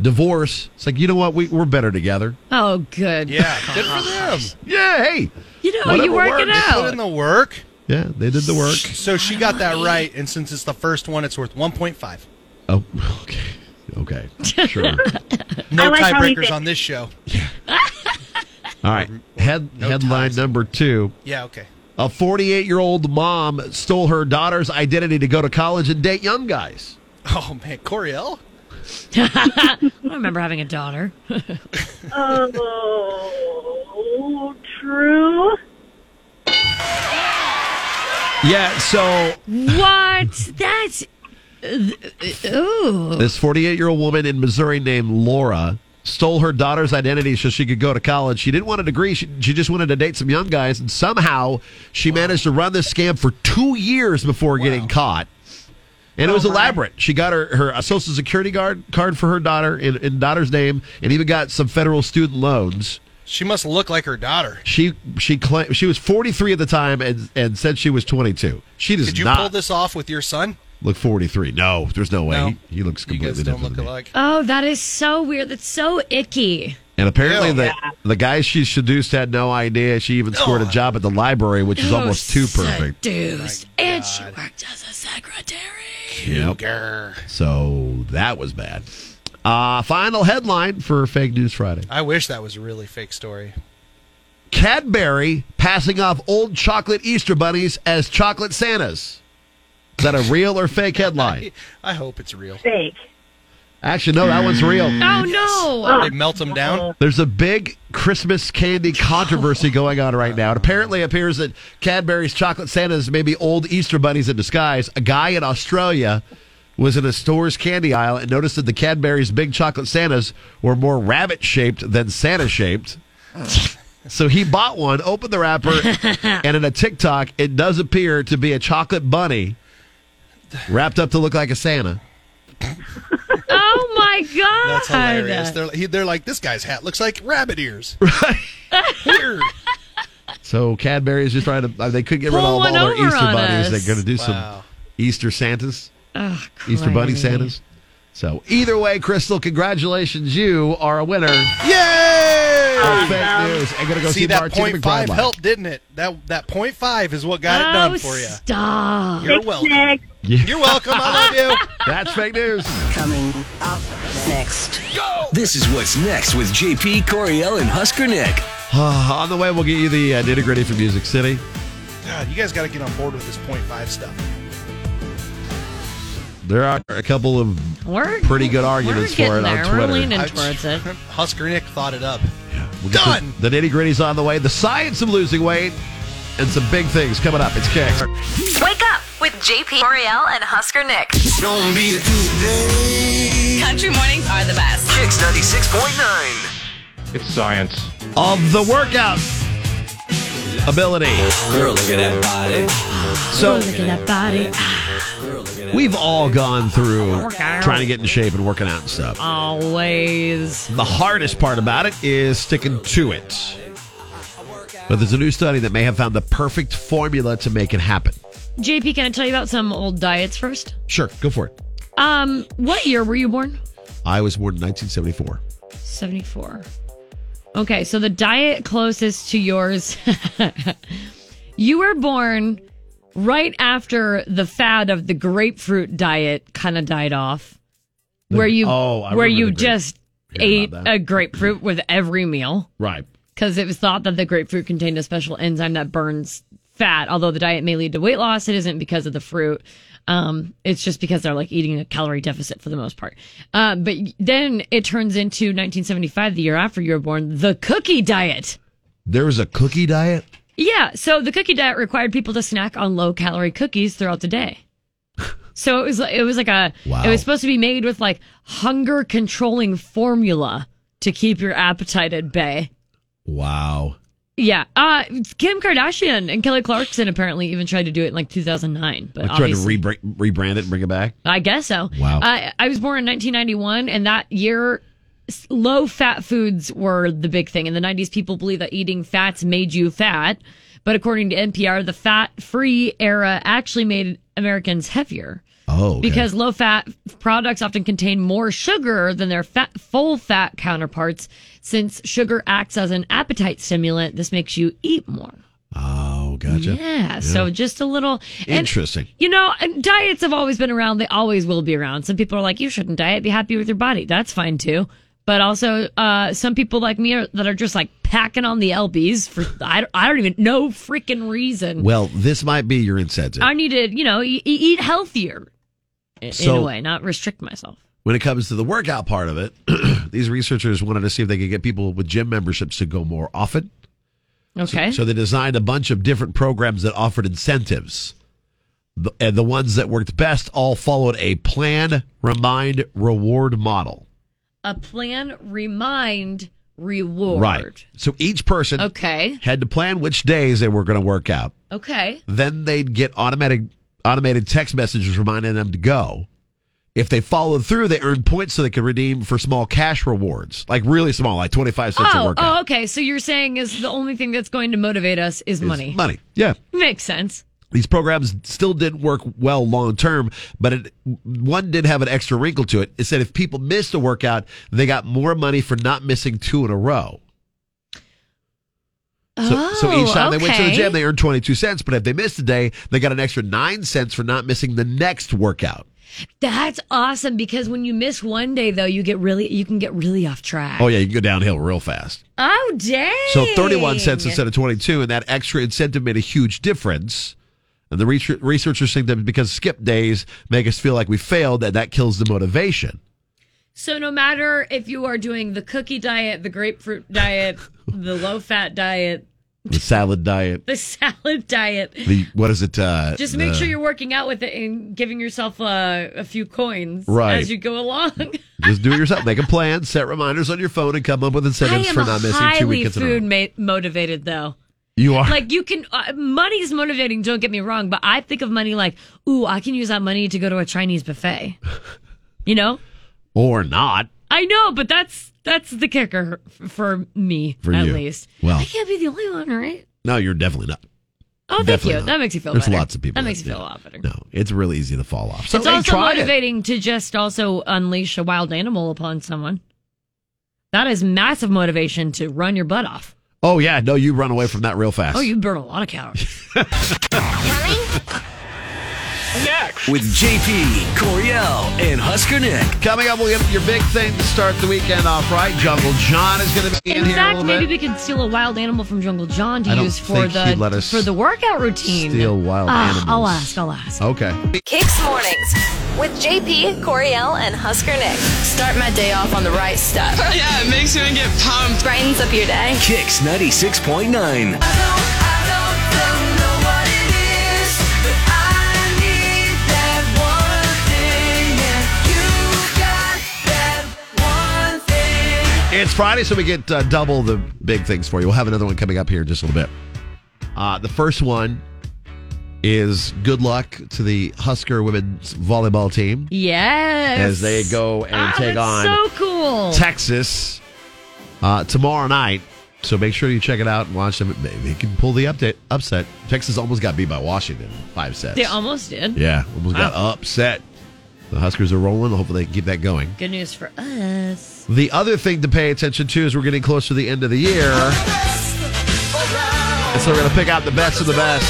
Speaker 9: divorce, it's like you know what? We, we're better together.
Speaker 10: Oh, good.
Speaker 8: Yeah, good for them.
Speaker 9: Yeah, hey.
Speaker 10: You know,
Speaker 9: Whatever
Speaker 10: you work it
Speaker 9: works.
Speaker 8: They put
Speaker 10: out.
Speaker 8: in the work.
Speaker 9: Yeah, they did the work.
Speaker 8: So she got that right, and since it's the first one, it's worth 1.5.
Speaker 9: Oh, okay. Okay. Sure.
Speaker 8: No
Speaker 6: I like how he
Speaker 8: tiebreakers
Speaker 6: did-
Speaker 8: on this show.
Speaker 9: All right. Head, headline number two.
Speaker 8: Yeah, okay.
Speaker 9: A 48 year old mom stole her daughter's identity to go to college and date young guys.
Speaker 8: Oh, man. Coriel?
Speaker 10: I remember having a daughter.
Speaker 6: Oh, true.
Speaker 9: Yeah, so
Speaker 10: what? That's. Ooh.
Speaker 9: this 48 year old woman in Missouri named Laura stole her daughter's identity so she could go to college. She didn't want a degree, she, she just wanted to date some young guys, and somehow she managed to run this scam for two years before getting caught. And it was elaborate. She got her, her a social security guard, card for her daughter in, in daughter's name and even got some federal student loans.
Speaker 8: She must look like her daughter.
Speaker 9: She she claimed she was 43 at the time and and said she was 22. She does
Speaker 8: Did you
Speaker 9: not
Speaker 8: pull this off with your son?
Speaker 9: look 43. No, there's no way.
Speaker 8: No.
Speaker 9: He, he looks
Speaker 8: You guys
Speaker 9: completely
Speaker 8: don't
Speaker 9: different.
Speaker 8: look alike.
Speaker 10: Oh, that is so weird. That's so icky.
Speaker 9: And apparently the the guy she seduced had no idea. She even scored a job at the library, which is
Speaker 10: Oh,
Speaker 9: almost too perfect.
Speaker 10: Seduced. And she worked as a secretary.
Speaker 9: Yep. So that was bad. Uh, final headline for Fake News Friday.
Speaker 8: I wish that was a really fake story.
Speaker 9: Cadbury passing off old chocolate Easter bunnies as chocolate Santas. Is that a real or fake headline?
Speaker 8: I hope it's real.
Speaker 6: Fake.
Speaker 9: Actually, no, that one's real.
Speaker 10: Oh, no.
Speaker 8: They melt them down.
Speaker 9: There's a big Christmas candy controversy going on right now. It apparently appears that Cadbury's chocolate Santas may be old Easter bunnies in disguise. A guy in Australia was in a store's candy aisle and noticed that the Cadbury's Big Chocolate Santas were more rabbit shaped than Santa shaped. So he bought one, opened the wrapper, and in a TikTok, it does appear to be a chocolate bunny wrapped up to look like a Santa.
Speaker 10: Oh my god!
Speaker 8: That's hilarious. They're, he- they're like, this guy's hat looks like rabbit ears. Weird.
Speaker 9: So Cadbury is just trying to, uh, they could get rid of
Speaker 10: Pull
Speaker 9: all
Speaker 10: one
Speaker 9: their
Speaker 10: over
Speaker 9: Easter
Speaker 10: on
Speaker 9: bunnies.
Speaker 10: us.
Speaker 9: They're going to do some
Speaker 10: Wow.
Speaker 9: Easter Santas,
Speaker 10: Ugh,
Speaker 9: Easter
Speaker 10: Clemmy.
Speaker 9: Bunny Santas. So either way, Crystal, congratulations. You are a winner.
Speaker 8: Yay!
Speaker 9: Of fake news. I'm gonna go see
Speaker 8: see that
Speaker 9: Martina
Speaker 8: point
Speaker 9: McBride
Speaker 8: five
Speaker 9: live.
Speaker 8: helped, didn't it? That that point five is what got it
Speaker 9: Oh,
Speaker 8: done for you.
Speaker 10: Stop.
Speaker 8: You're welcome. You're welcome. I love you.
Speaker 9: That's fake news.
Speaker 1: Coming up next. Go! This is what's next with JP Coriel and Husker Nick.
Speaker 9: On the way, we'll get you the uh, nitty gritty from Music City.
Speaker 8: God, you guys got to get on board with this point five stuff.
Speaker 9: There are a couple of
Speaker 10: We're-
Speaker 9: pretty good arguments for it on Twitter.
Speaker 8: I- Husker Nick thought it up.
Speaker 9: We'll get
Speaker 8: Done.
Speaker 9: The, the nitty gritty's on the way. The science of losing weight and some big things coming up. It's Kicks.
Speaker 2: Wake up with JP Oriel and Husker Nick. Don't be today. Country mornings are the best.
Speaker 1: Kicks 96.9.
Speaker 9: It's science of the workout ability.
Speaker 1: Girl, look at that body.
Speaker 9: So
Speaker 10: Look at that body.
Speaker 9: we've all gone through
Speaker 10: Workout.
Speaker 9: trying to get in shape and working out and stuff.
Speaker 10: Always.
Speaker 9: The hardest part about it is sticking to it. But there's a new study that may have found the perfect formula to make it happen.
Speaker 10: JP, can I tell you about some old diets first?
Speaker 9: Sure, go for it.
Speaker 10: Um, what year were you born?
Speaker 9: I was born in 1974.
Speaker 10: 74. Okay, so the diet closest to yours, you were born right after the fad of the grapefruit diet kind of died off, where you
Speaker 9: Oh, I
Speaker 10: where
Speaker 9: remember
Speaker 10: you
Speaker 9: the grape-
Speaker 10: just
Speaker 9: hearing
Speaker 10: ate
Speaker 9: about that.
Speaker 10: a grapefruit with every meal
Speaker 9: Right.
Speaker 10: because it was thought that the grapefruit contained a special enzyme that burns fat. Although the diet may lead to weight loss, it isn't because of the fruit. Um, it's just because they're like eating a calorie deficit for the most part. Uh, but then it turns into 1975, the year after you were born, the cookie diet.
Speaker 9: There was a cookie diet.
Speaker 10: Yeah, so the cookie diet required people to snack on low calorie cookies throughout the day. So it was it was like a it was supposed to be made with like hunger controlling formula to keep your appetite at bay.
Speaker 9: Wow.
Speaker 10: Yeah. Uh, Kim Kardashian and Kelly Clarkson apparently even tried to do it in like 2009. But
Speaker 9: I tried to
Speaker 10: obviously-
Speaker 9: rebra- rebrand it and bring it back.
Speaker 10: I guess so.
Speaker 9: Wow.
Speaker 10: Uh, I was born in 1991, and that year, s- low fat foods were the big thing. In the 90s, people believed that eating fats made you fat. But according to NPR, the fat free era actually made Americans heavier.
Speaker 9: Oh, okay.
Speaker 10: Because low fat products often contain more sugar than their fat, full fat counterparts. Since sugar acts as an appetite stimulant, this makes you eat more.
Speaker 9: Oh, gotcha.
Speaker 10: Yeah. So just a little. and-
Speaker 9: Interesting.
Speaker 10: you know, and diets have always been around. They always will be around. Some people are like, you shouldn't diet. Be happy with your body. That's fine too. But also, uh, some people like me are, that are just like packing on the LBs for, I, don't- I don't even, no freaking reason.
Speaker 9: Well, this might be your incentive.
Speaker 10: I need to, you know, e- e- eat healthier i- in
Speaker 9: So-
Speaker 10: a way, not restrict myself.
Speaker 9: when it comes to the workout part of it, these researchers wanted to see if they could get people with gym memberships to go more often.
Speaker 10: Okay.
Speaker 9: So they designed a bunch of different programs that offered incentives. The, and the ones that worked best all followed a plan, remind, reward model.
Speaker 10: a plan, remind, reward.
Speaker 9: Right. So each person
Speaker 10: Okay.
Speaker 9: had to plan which days they were going to work out.
Speaker 10: Okay.
Speaker 9: Then they'd get automatic automated text messages reminding them to go. If they followed through, they earned points so they could redeem for small cash rewards, like really small, like twenty five cents a
Speaker 10: Oh,
Speaker 9: workout.
Speaker 10: oh, okay. So you're saying is the only thing that's going to motivate us is money.
Speaker 9: Money, yeah.
Speaker 10: Makes sense.
Speaker 9: These programs still didn't work well long term, but it, one did have an extra wrinkle to it. It said if people missed a workout, they got more money for not missing two in a row. So, so each time they went to the
Speaker 10: Oh, okay.
Speaker 9: gym, they earned 22 cents, but if they missed a day, they got an extra nine cents for not missing the next workout.
Speaker 10: That's awesome because when you miss one day though, you get really you can get really off track.
Speaker 9: Oh, yeah, you can go downhill real fast.
Speaker 10: Oh dang.
Speaker 9: So 31 cents instead of 22, and that extra incentive made a huge difference. And the research- researchers think that because skip days make us feel like we failed, that that kills the motivation.
Speaker 10: So no matter if you are doing the cookie diet, the grapefruit diet, the low fat diet,
Speaker 9: The salad diet.
Speaker 10: The salad diet.
Speaker 9: The what is it? Uh,
Speaker 10: Just make
Speaker 9: the-
Speaker 10: sure you're working out with it and giving yourself uh, a few coins
Speaker 9: Right.
Speaker 10: as you go along.
Speaker 9: Just do it yourself. Make a plan. Set reminders on your phone and come up with
Speaker 10: I
Speaker 9: incentives
Speaker 10: am
Speaker 9: for not missing two
Speaker 10: highly
Speaker 9: weekends in a
Speaker 10: food
Speaker 9: row.
Speaker 10: ma- motivated though.
Speaker 9: You are.
Speaker 10: Like you can, uh, money's motivating. Don't get me wrong, but I think of money like, ooh, I can use that money to go to a Chinese buffet. You know,
Speaker 9: or not.
Speaker 10: I know, but that's that's the kicker f- for me
Speaker 9: For
Speaker 10: at
Speaker 9: you.
Speaker 10: least.
Speaker 9: Well.
Speaker 10: I can't be the only one, right?
Speaker 9: No, you're definitely not.
Speaker 10: Oh, thank
Speaker 9: Definitely
Speaker 10: you.
Speaker 9: not.
Speaker 10: That makes you feel.
Speaker 9: There's
Speaker 10: better.
Speaker 9: lots of people
Speaker 10: That makes
Speaker 9: that
Speaker 10: you
Speaker 9: do
Speaker 10: feel a lot
Speaker 9: that.
Speaker 10: better.
Speaker 9: No, it's really easy to fall off. So
Speaker 10: it's
Speaker 9: hey,
Speaker 10: also
Speaker 9: try it.
Speaker 10: motivating to just also unleash a wild animal upon someone. That is massive motivation to run your butt off.
Speaker 9: Oh yeah, no, you run away from that real fast.
Speaker 10: Oh, you burn a lot of calories.
Speaker 1: Next. With JP, Coriel, and Husker Nick.
Speaker 9: Coming up, we'll get your big thing to start the weekend off right. Jungle John is going to be in,
Speaker 10: In
Speaker 9: here a
Speaker 10: fact,
Speaker 9: little
Speaker 10: maybe
Speaker 9: bit.
Speaker 10: we could steal a wild animal from Jungle John to
Speaker 9: I don't
Speaker 10: use for
Speaker 9: think
Speaker 10: the
Speaker 9: he'd let us
Speaker 10: for the workout routine.
Speaker 9: steal wild
Speaker 10: Ah,
Speaker 9: animals.
Speaker 10: I'll ask. I'll ask.
Speaker 9: Okay.
Speaker 2: Kicks Mornings with JP, Coriel, and Husker Nick. Start my day off on the right stuff. yeah, it makes me get pumped. Brightens up your day.
Speaker 1: Kicks 96.9.
Speaker 9: It's Friday, so we get uh, double the big things for you. We'll have another one coming up here in just a little bit. Uh, the first one is good luck to the Husker women's volleyball team
Speaker 10: Yes.
Speaker 9: as they go and
Speaker 10: Ah,
Speaker 9: take
Speaker 10: that's
Speaker 9: on
Speaker 10: so cool.
Speaker 9: Texas uh, tomorrow night. So make sure you check it out and watch them. Maybe they can pull the update upset. Texas almost got beat by Washington five sets.
Speaker 10: They almost did.
Speaker 9: yeah, almost got
Speaker 10: Wow.
Speaker 9: upset. The Huskers are rolling. Hopefully they can keep that going.
Speaker 10: Good news for us.
Speaker 9: The other thing to pay attention to is we're getting close to the end of the year. And so we're going to pick out the best of the best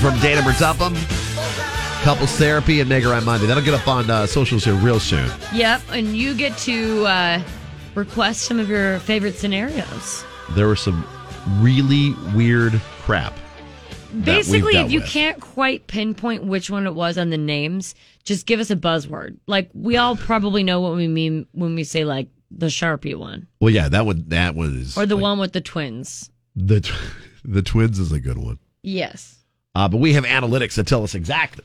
Speaker 9: from Dana Bertupham, Couples Therapy, and Mega Ryan Monday. That'll get up on uh, socials here real soon.
Speaker 10: Yep, and you get to uh, request some of your favorite scenarios.
Speaker 9: There was some really weird crap. that we've
Speaker 10: Basically,
Speaker 9: dealt
Speaker 10: if you
Speaker 9: with.
Speaker 10: can't quite pinpoint which one it was on the names, just give us a buzzword. Like we all probably know what we mean when we say like the Sharpie one
Speaker 9: Well, yeah, that one, that one is.
Speaker 10: or the one with the twins.
Speaker 9: The, tw- the Twins is a good one.
Speaker 10: Yes.
Speaker 9: Uh, but we have analytics that tell us exactly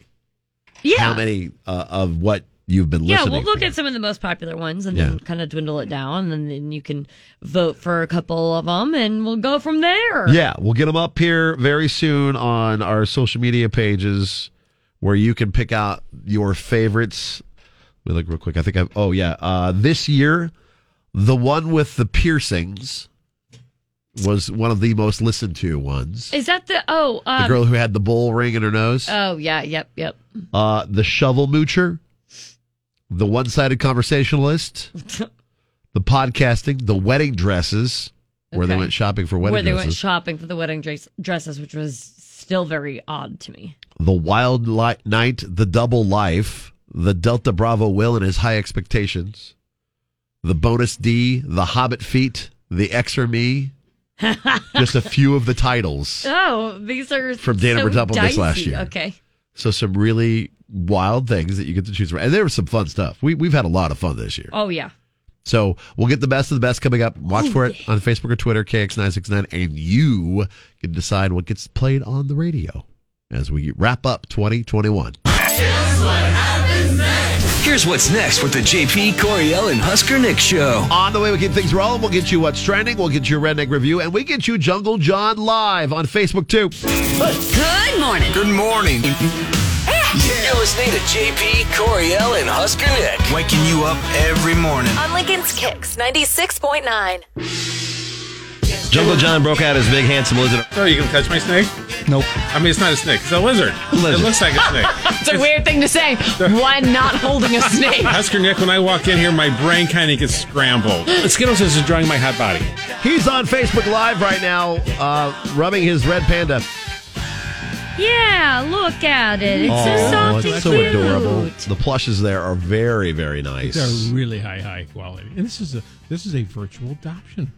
Speaker 10: Yeah.
Speaker 9: how many uh, of what you've been
Speaker 10: yeah,
Speaker 9: listening
Speaker 10: we'll look at some of the most popular ones and
Speaker 9: Yeah.
Speaker 10: then kind of dwindle it down, and then you can vote for a couple of them, and we'll go from there.
Speaker 9: Yeah, we'll get them up here very soon on our social media pages where you can pick out your favorites. Let me look real quick. I think I've, oh, yeah. Uh, this year, the one with the piercings was one of the most listened to ones.
Speaker 10: Is that the oh um,
Speaker 9: the girl who had the bull ring in her nose,
Speaker 10: Oh yeah, yep, yep.
Speaker 9: uh, the shovel moocher, the one sided conversationalist, the podcasting, the wedding dresses, where they
Speaker 10: Okay.
Speaker 9: went shopping for wedding
Speaker 10: where they
Speaker 9: dresses.
Speaker 10: went shopping for the wedding dress- dresses, which was still very odd to me.
Speaker 9: The Wild Li- Night, The Double Life, The Delta Bravo Will and His High Expectations, The Bonus D, The Hobbit Feet, The X or Me. Just a few of the titles.
Speaker 10: Oh, these are
Speaker 9: From Dana
Speaker 10: so
Speaker 9: Bertuphel this
Speaker 10: dicey.
Speaker 9: last year.
Speaker 10: Okay,
Speaker 9: So some really wild things that you get to choose from. And there was some fun stuff. We, we've had a lot of fun this year.
Speaker 10: oh yeah,
Speaker 9: So we'll get the best of the best coming up. Watch for it on Facebook or Twitter, KX969, and you can decide what gets played on the radio as we wrap up 2021.
Speaker 1: Here's what's next with the JP, Coriel, and Husker Nick show.
Speaker 9: On the way, we keep things rolling. We'll get you what's trending. We'll get you redneck review, and we get you Jungle John live on Facebook too.
Speaker 1: Good morning. Good morning. You're listening to JP, Coriel, and Husker Nick. Waking you up every morning.
Speaker 2: On Lincoln's Kicks 96.9.
Speaker 5: Jungle John broke out his big handsome lizard. Are you gonna catch my snake? Nope. I mean, it's not a snake. It's a lizard. It looks like a snake.
Speaker 11: It's a weird thing to say. One not holding a snake.
Speaker 5: Husker Nick, when I walk in here, my brain kind of gets scrambled. Skittles is enjoying my hot body.
Speaker 9: He's on Facebook Live right now, uh, rubbing his red panda.
Speaker 10: yeah. Look at it; it's so soft and
Speaker 9: Oh, it's so
Speaker 10: cute.
Speaker 9: adorable. The plushes there are very, very nice.
Speaker 4: They're really high, high quality. And this is a this is a virtual adoption.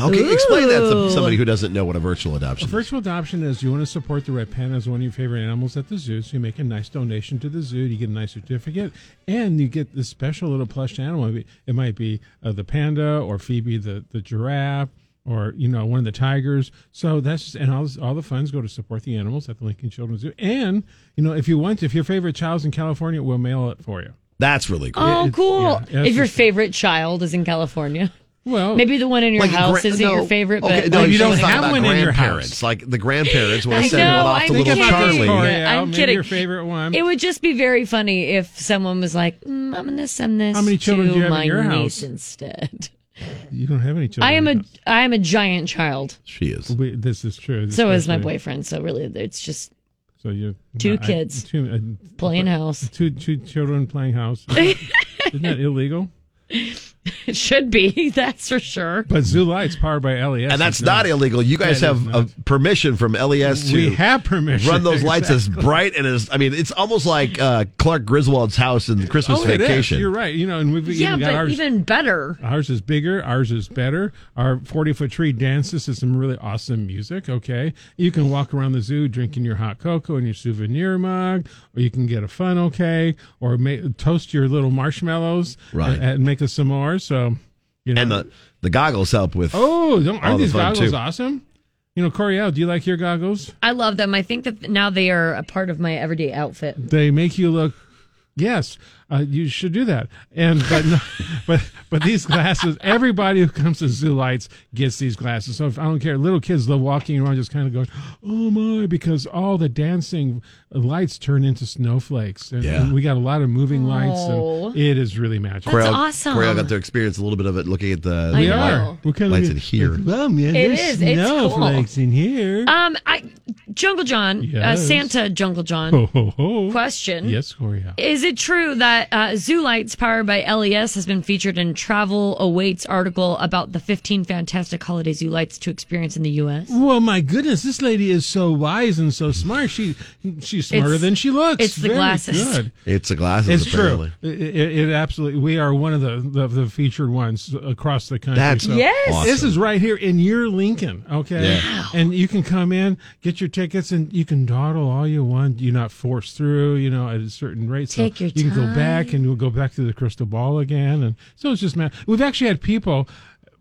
Speaker 9: Okay, explain that to somebody who doesn't know what a virtual adoption.
Speaker 4: A
Speaker 9: is.
Speaker 4: virtual adoption is you want to support the red panda as one of your favorite animals at the zoo, so you make a nice donation to the zoo. You get a nice certificate, and you get this special little plush animal. It might be uh, the panda or Phoebe the, the giraffe or you know one of the tigers. So that's just, and all this- all the funds go to support the animals at the Lincoln Children's Zoo. And you know if you want, if your favorite child's in California, we'll mail it for you.
Speaker 9: That's really cool.
Speaker 10: Oh, cool.
Speaker 4: yeah,
Speaker 10: if
Speaker 4: it's
Speaker 10: your
Speaker 4: just-
Speaker 10: favorite child is in California.
Speaker 4: Well,
Speaker 10: maybe the one in your
Speaker 9: Like
Speaker 10: house
Speaker 9: gra-
Speaker 10: isn't
Speaker 9: no,
Speaker 10: your favorite, but
Speaker 9: okay, no,
Speaker 10: like,
Speaker 9: you don't
Speaker 10: she's
Speaker 9: have
Speaker 10: like-
Speaker 9: one in your house. Like the grandparents want to send one off to little Charlie.
Speaker 10: I'm kidding.
Speaker 4: one.
Speaker 10: It would just be very funny if someone was like, mm, "I'm going to send this."
Speaker 4: How many children
Speaker 10: to
Speaker 4: do you have in
Speaker 10: my
Speaker 4: your
Speaker 10: niece
Speaker 4: house?
Speaker 10: Instead,
Speaker 4: You don't have any children.
Speaker 10: I am a I am a giant child.
Speaker 9: She is.
Speaker 4: We, this is true. This
Speaker 10: So is my
Speaker 4: actually-
Speaker 10: boyfriend. So really, it's just
Speaker 4: So you
Speaker 10: Two
Speaker 4: I-
Speaker 10: kids.
Speaker 4: two, uh,
Speaker 10: playing house.
Speaker 4: two two children playing house. Isn't that illegal?
Speaker 10: It should be. That's for sure.
Speaker 4: But Zoo Light's powered by LES,
Speaker 9: And that's not illegal. You guys
Speaker 4: That is
Speaker 9: have uh permission from LES to
Speaker 4: We have permission.
Speaker 9: run those lights as
Speaker 4: Exactly.
Speaker 9: bright and as I mean, it's almost like uh, Clark Griswold's house in Christmas
Speaker 4: Oh, it is.
Speaker 9: Vacation.
Speaker 4: You're right. You know, and we've
Speaker 10: Yeah,
Speaker 4: even got
Speaker 10: but
Speaker 4: ours.
Speaker 10: even better.
Speaker 4: Ours is bigger. Ours is better. Our 40 foot tree dances to some really awesome music. Okay. You can walk around the zoo drinking your hot cocoa in your souvenir mug, or you can get a funnel okay, or ma- toast your little marshmallows
Speaker 9: Right.
Speaker 4: and, and make us some more. So, you know.
Speaker 9: And the the goggles help with.
Speaker 4: oh, don't,
Speaker 9: all
Speaker 4: aren't
Speaker 9: the
Speaker 4: these
Speaker 9: fun,
Speaker 4: goggles
Speaker 9: too.
Speaker 4: awesome? You know, Coriel, do you like your goggles?
Speaker 10: I love them. I think that now they are a part of my everyday outfit.
Speaker 4: They make you look. Yes, uh, you should do that. And but no, but but these glasses. Everybody who comes to zoo lights gets these glasses. So if I don't care, little kids love walking around, just kind of going, "Oh my!" Because all the dancing lights turn into snowflakes. And,
Speaker 9: Yeah.
Speaker 4: and we got a lot of moving lights,
Speaker 10: Oh.
Speaker 4: and it is really magical.
Speaker 9: Corral- Corral got to experience a little bit of it looking at the,
Speaker 4: We
Speaker 9: the light-
Speaker 4: are. We're kind of
Speaker 9: lights in here.
Speaker 4: Well, Oh, man,
Speaker 10: It
Speaker 4: there's
Speaker 10: is. It's cool.
Speaker 4: snowflakes in here.
Speaker 10: Um, I Jungle John, uh,
Speaker 4: Yes.
Speaker 10: Santa Jungle John.
Speaker 4: ho ho ho!
Speaker 10: Question:
Speaker 4: Yes, Coriel.
Speaker 10: Is it true that uh, Zoo Lights, powered by LES, has been featured in Travel Awaits article about the 15 fantastic holiday zoo lights to experience in the U.S.?
Speaker 4: Well, my goodness, this lady is so wise and so smart. She she's smarter
Speaker 10: It's-
Speaker 4: than she looks.
Speaker 10: it's the
Speaker 4: Very
Speaker 10: glasses.
Speaker 4: Good.
Speaker 9: It's the glasses.
Speaker 4: It's
Speaker 9: apparently.
Speaker 4: true. It, it, it absolutely. We are one of the, the the featured ones across the country.
Speaker 9: That's
Speaker 4: yes.
Speaker 9: awesome.
Speaker 4: This is right here in your Lincoln. Okay,
Speaker 9: Yeah. Wow.
Speaker 4: and you can come in, get your tickets, and you can dawdle all you want. You're not forced through. You know, at a certain rate. So
Speaker 10: Take your
Speaker 4: you can go
Speaker 10: time.
Speaker 4: back, and we'll go back to the crystal ball again. And so it's just man. We've actually had people.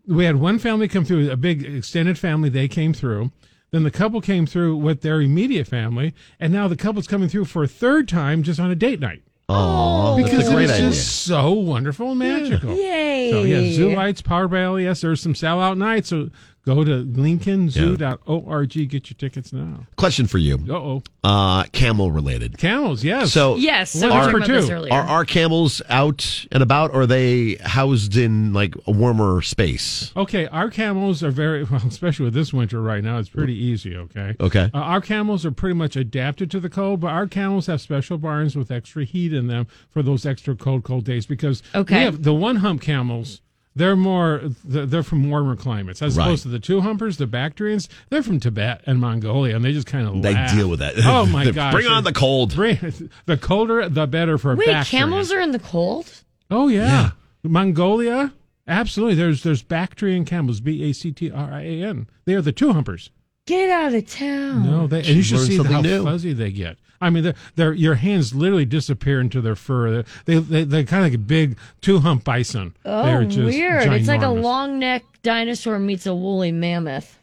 Speaker 4: We had one family come through, a big extended family. They came through. Then the couple came through with their immediate family, and now the couple's coming through for a third time, just on a date night
Speaker 9: Aw, that's
Speaker 4: because
Speaker 9: a
Speaker 4: it
Speaker 9: great
Speaker 4: is
Speaker 9: idea.
Speaker 4: just so wonderful and magical.
Speaker 10: Yay.
Speaker 4: So yeah, zoo lights powered by LES. There's some sellout nights, so go to lincolnzoo.org. Get your tickets now.
Speaker 9: Question for you.
Speaker 4: Uh-oh.
Speaker 9: Uh Camel related.
Speaker 4: Camels, yes.
Speaker 9: So
Speaker 10: Yes, so we were talking about this earlier.
Speaker 9: Are our camels out and about? Or are they housed in like a warmer space?
Speaker 4: Okay, our camels are very well, especially with this winter right now. It's pretty easy. Okay.
Speaker 9: Okay.
Speaker 4: Uh, our camels are pretty much adapted to the cold, but our camels have special barns with extra heat in them for those extra cold, cold days because
Speaker 10: Okay.
Speaker 4: we have the one hump camels. They're more they're they're from warmer climates as
Speaker 9: Right.
Speaker 4: opposed to the two humpers, the Bactrians. They're from Tibet and Mongolia, and they just kind of
Speaker 9: They deal with that.
Speaker 4: Oh my
Speaker 9: Bring
Speaker 4: gosh!
Speaker 9: on the cold.
Speaker 4: Bring, the colder, the better for a
Speaker 10: Wait,
Speaker 4: Bactrian.
Speaker 10: camels are in the cold?
Speaker 4: Oh yeah. Mongolia. Absolutely. There's there's Bactrian camels. B A C T R I A N. They are the two humpers.
Speaker 10: Get out of town.
Speaker 4: No, they and you should see how fuzzy they get. I mean, they're, they're, your hands literally disappear into their fur. They they they are kind of like a big two hump bison.
Speaker 10: Oh,
Speaker 4: They're just
Speaker 10: weird. It's like a
Speaker 4: ginormous.
Speaker 10: long necked dinosaur meets a woolly mammoth.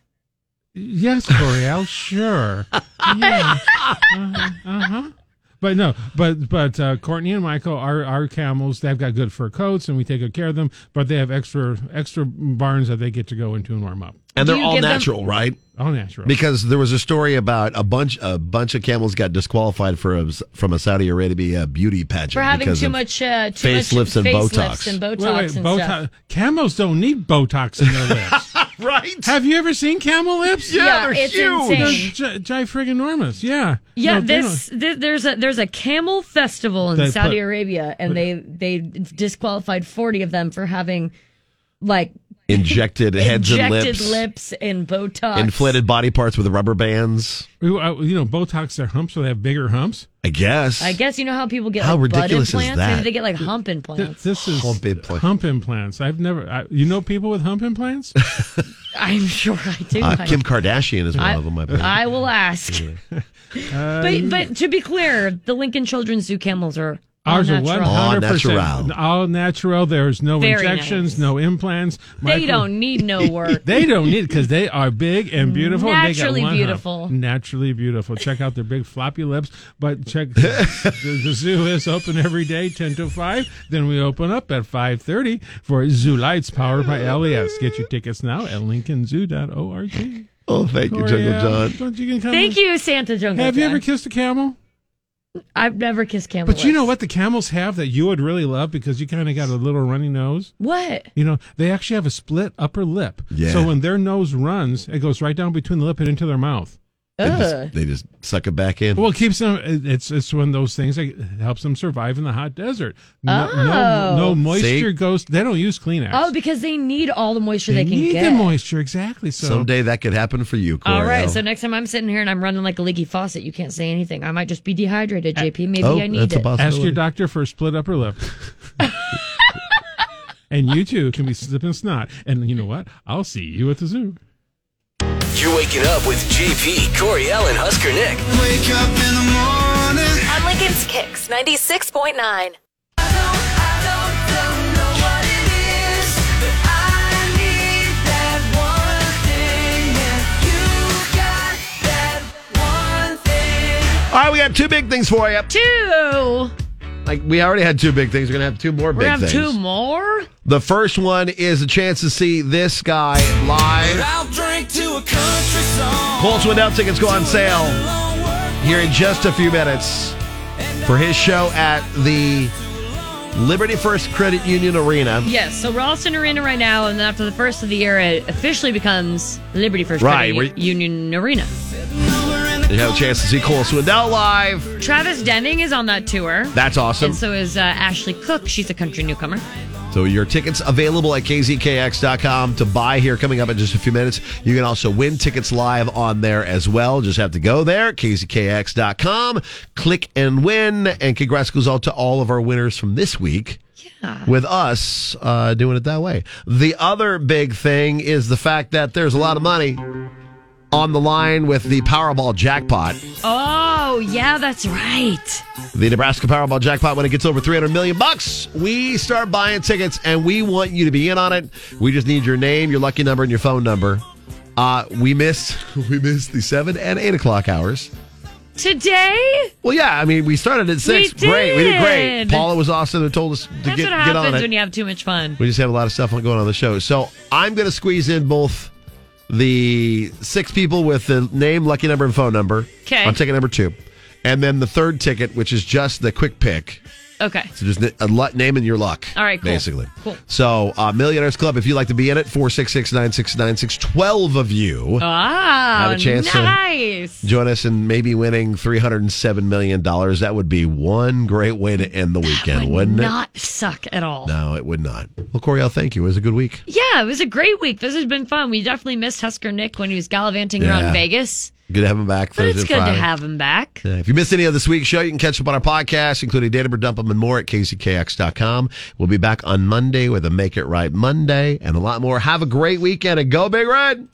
Speaker 4: Yes, Coriel. sure. Yeah. Uh huh. But no, but but uh, Courtney and Michael are our camels. They've got good fur coats, and we take good care of them. But they have extra extra barns that they get to go into and warm up.
Speaker 9: And they're all natural, right?
Speaker 4: All natural.
Speaker 9: Because there was a story about a bunch a bunch of camels got disqualified for a, from a Saudi Arabia beauty pageant
Speaker 10: For having
Speaker 9: because
Speaker 10: too
Speaker 9: of-
Speaker 10: much, uh, too
Speaker 9: facelifts
Speaker 10: much
Speaker 9: and
Speaker 10: facelifts
Speaker 9: Botox.
Speaker 10: and Botox and stuff.
Speaker 4: Botox. Camels don't need Botox in their lips.
Speaker 9: right?
Speaker 4: Have you ever seen camel lips?
Speaker 10: Yeah, Yeah, they're it's huge. insane.
Speaker 4: They're gi- gi- friggin' enormous. Yeah.
Speaker 10: Yeah,
Speaker 4: No, they
Speaker 10: this, thi- there's a there's a camel festival in
Speaker 4: They
Speaker 10: Saudi
Speaker 4: put-
Speaker 10: Arabia, and they they disqualified forty of them for having like
Speaker 9: injected heads and
Speaker 10: injected
Speaker 9: lips,
Speaker 10: lips. and Botox.
Speaker 9: inflated body parts with rubber bands.
Speaker 4: don't- uh, You know, Botox their humps, so they have bigger humps.
Speaker 9: I guess.
Speaker 10: I guess you know how people get
Speaker 9: How
Speaker 10: like butt
Speaker 9: ridiculous is
Speaker 10: implants. Maybe
Speaker 9: that?
Speaker 10: they get like hump
Speaker 4: Th-
Speaker 10: implants.
Speaker 4: this is hump implants. I've never. I, you know people with hump implants?
Speaker 10: I'm sure I do.
Speaker 9: Uh, Kim Kardashian is one
Speaker 10: I,
Speaker 9: of them. I believe.
Speaker 10: I will ask. But but to be clear, the Lincoln Children's Zoo camels are
Speaker 4: Ours are
Speaker 9: All
Speaker 4: one
Speaker 9: natural.
Speaker 4: hundred
Speaker 9: All
Speaker 4: percent all natural. There's no
Speaker 10: Very
Speaker 4: injections, no implants. Micro-
Speaker 10: They don't need no work.
Speaker 4: They don't need because they are big and beautiful. and they got
Speaker 10: Naturally
Speaker 4: one hump.
Speaker 10: beautiful.
Speaker 4: Naturally beautiful. Check out their big floppy lips. But check the, the zoo is open every day, ten to five. Then we open up at five thirty for Zoo Lights, powered by LES. Get your tickets now at LincolnZoo.org.
Speaker 9: Oh, thank you, Jungle John.
Speaker 10: Thank you, Santa Jungle.
Speaker 4: Have you
Speaker 10: John.
Speaker 4: ever kissed a camel?
Speaker 10: I've never kissed camel.
Speaker 4: But you know what the camels have that you would really love because you kind of got a little runny nose.
Speaker 10: What?
Speaker 4: You know, they actually have a split upper lip.
Speaker 9: Yeah.
Speaker 4: So when their nose runs, it goes right down between the lip and into their mouth.
Speaker 9: They just, they just suck it back in.
Speaker 4: Well, it keeps them. it- It's it's one of those things that helps them survive in the hot desert. No,
Speaker 10: Oh.
Speaker 4: no, no moisture
Speaker 9: See?
Speaker 4: goes. They don't use Kleenex.
Speaker 10: Oh, because they need all the moisture they,
Speaker 4: they,
Speaker 10: can
Speaker 4: need
Speaker 10: get.
Speaker 4: the moisture exactly. So
Speaker 9: Someday that could happen for you, Corey.
Speaker 10: All right, so next time I'm sitting here and I'm running like a leaky faucet, you can't say anything. I might just be
Speaker 4: Uh,
Speaker 10: dehydrated, JP. Maybe
Speaker 9: Oh,
Speaker 10: I need it.
Speaker 4: Ask your doctor for a split upper lip. and you too can be sipping snot. And you know what? I'll see you at the zoo.
Speaker 1: You're waking up with JP, Coriel, and Husker Nick. Wake up in the morning.
Speaker 2: On Lincoln's Kicks 96.9.
Speaker 9: All right, we got two big things for you.
Speaker 10: Two.
Speaker 9: Like we already had two big things. We're gonna have two more
Speaker 10: We're
Speaker 9: big
Speaker 10: gonna have
Speaker 9: things.
Speaker 10: two more.
Speaker 9: The first one is a chance to see this guy live.
Speaker 1: I'll drink to a country song.
Speaker 9: Colts Wendell tickets go on sale here in just a few minutes for his show at the Liberty First Credit Union Arena.
Speaker 10: Yes, so Ralston Arena right now, and then after the first of the year, it officially becomes Liberty First
Speaker 9: Right,
Speaker 10: Credit
Speaker 9: where-
Speaker 10: Union Arena.
Speaker 9: You have a chance to see Cole Swindell live.
Speaker 10: Travis Deming is on that tour.
Speaker 9: That's awesome.
Speaker 10: And so is uh, Ashley Cook. She's a country newcomer.
Speaker 9: So your tickets available at kzkx.com to buy here coming up in just a few minutes. You can also win tickets live on there as well. Just have to go there, kzkx.com, click and win. And congrats goes out to all of our winners from this week.
Speaker 10: Yeah.
Speaker 9: With us uh, doing it that way. The other big thing is the fact that there's a lot of money on the line with the Powerball jackpot.
Speaker 10: Oh, yeah, that's right.
Speaker 9: The Nebraska Powerball jackpot when it gets over 300 million bucks, we start buying tickets and we want you to be in on it. We just need your name, your lucky number, and your phone number. Uh, we missed we missed the seven and eight o'clock hours.
Speaker 10: Today?
Speaker 9: Well, yeah, I mean, we started at six.
Speaker 10: We
Speaker 9: Great, we did great.
Speaker 10: did.
Speaker 9: Paula was awesome and told us to
Speaker 10: That's
Speaker 9: get
Speaker 10: what
Speaker 9: get on
Speaker 10: happens
Speaker 9: it.
Speaker 10: when you have too much fun.
Speaker 9: We just have a lot of stuff on going on in the show. So I'm going to squeeze in both the six people with the name, lucky number, and phone number
Speaker 10: 'Kay.
Speaker 9: on ticket number two. And then the third ticket, which is just the quick pick.
Speaker 10: Okay.
Speaker 9: So just a lot, name and your luck.
Speaker 10: All right, cool.
Speaker 9: Basically.
Speaker 10: Cool.
Speaker 9: So uh, Millionaires Club, if you'd like to be in it, 466 9696, 12 of you.
Speaker 10: Ah,
Speaker 9: Have a chance to-
Speaker 10: nice.
Speaker 9: Join us in maybe winning $307 million. That would be one great way to end the weekend, would not
Speaker 10: Not suck at all.
Speaker 9: it? No, it would not. Well, Coriel, thank you. It was a good week.
Speaker 10: Yeah, it was a great week. This has been fun. We definitely missed Husker Nick when he was gallivanting
Speaker 9: Yeah.
Speaker 10: around Vegas,
Speaker 9: Good to have him back.
Speaker 10: but
Speaker 9: Thursday,
Speaker 10: it's good
Speaker 9: Friday.
Speaker 10: to have him back.
Speaker 9: Yeah, if you missed any of this week's show, you can catch up on our podcast, including Databer Dump 'Em and more at kckx.com. We'll be back on Monday with a Make It Right Monday and a lot more. Have a great weekend and go, Big Red!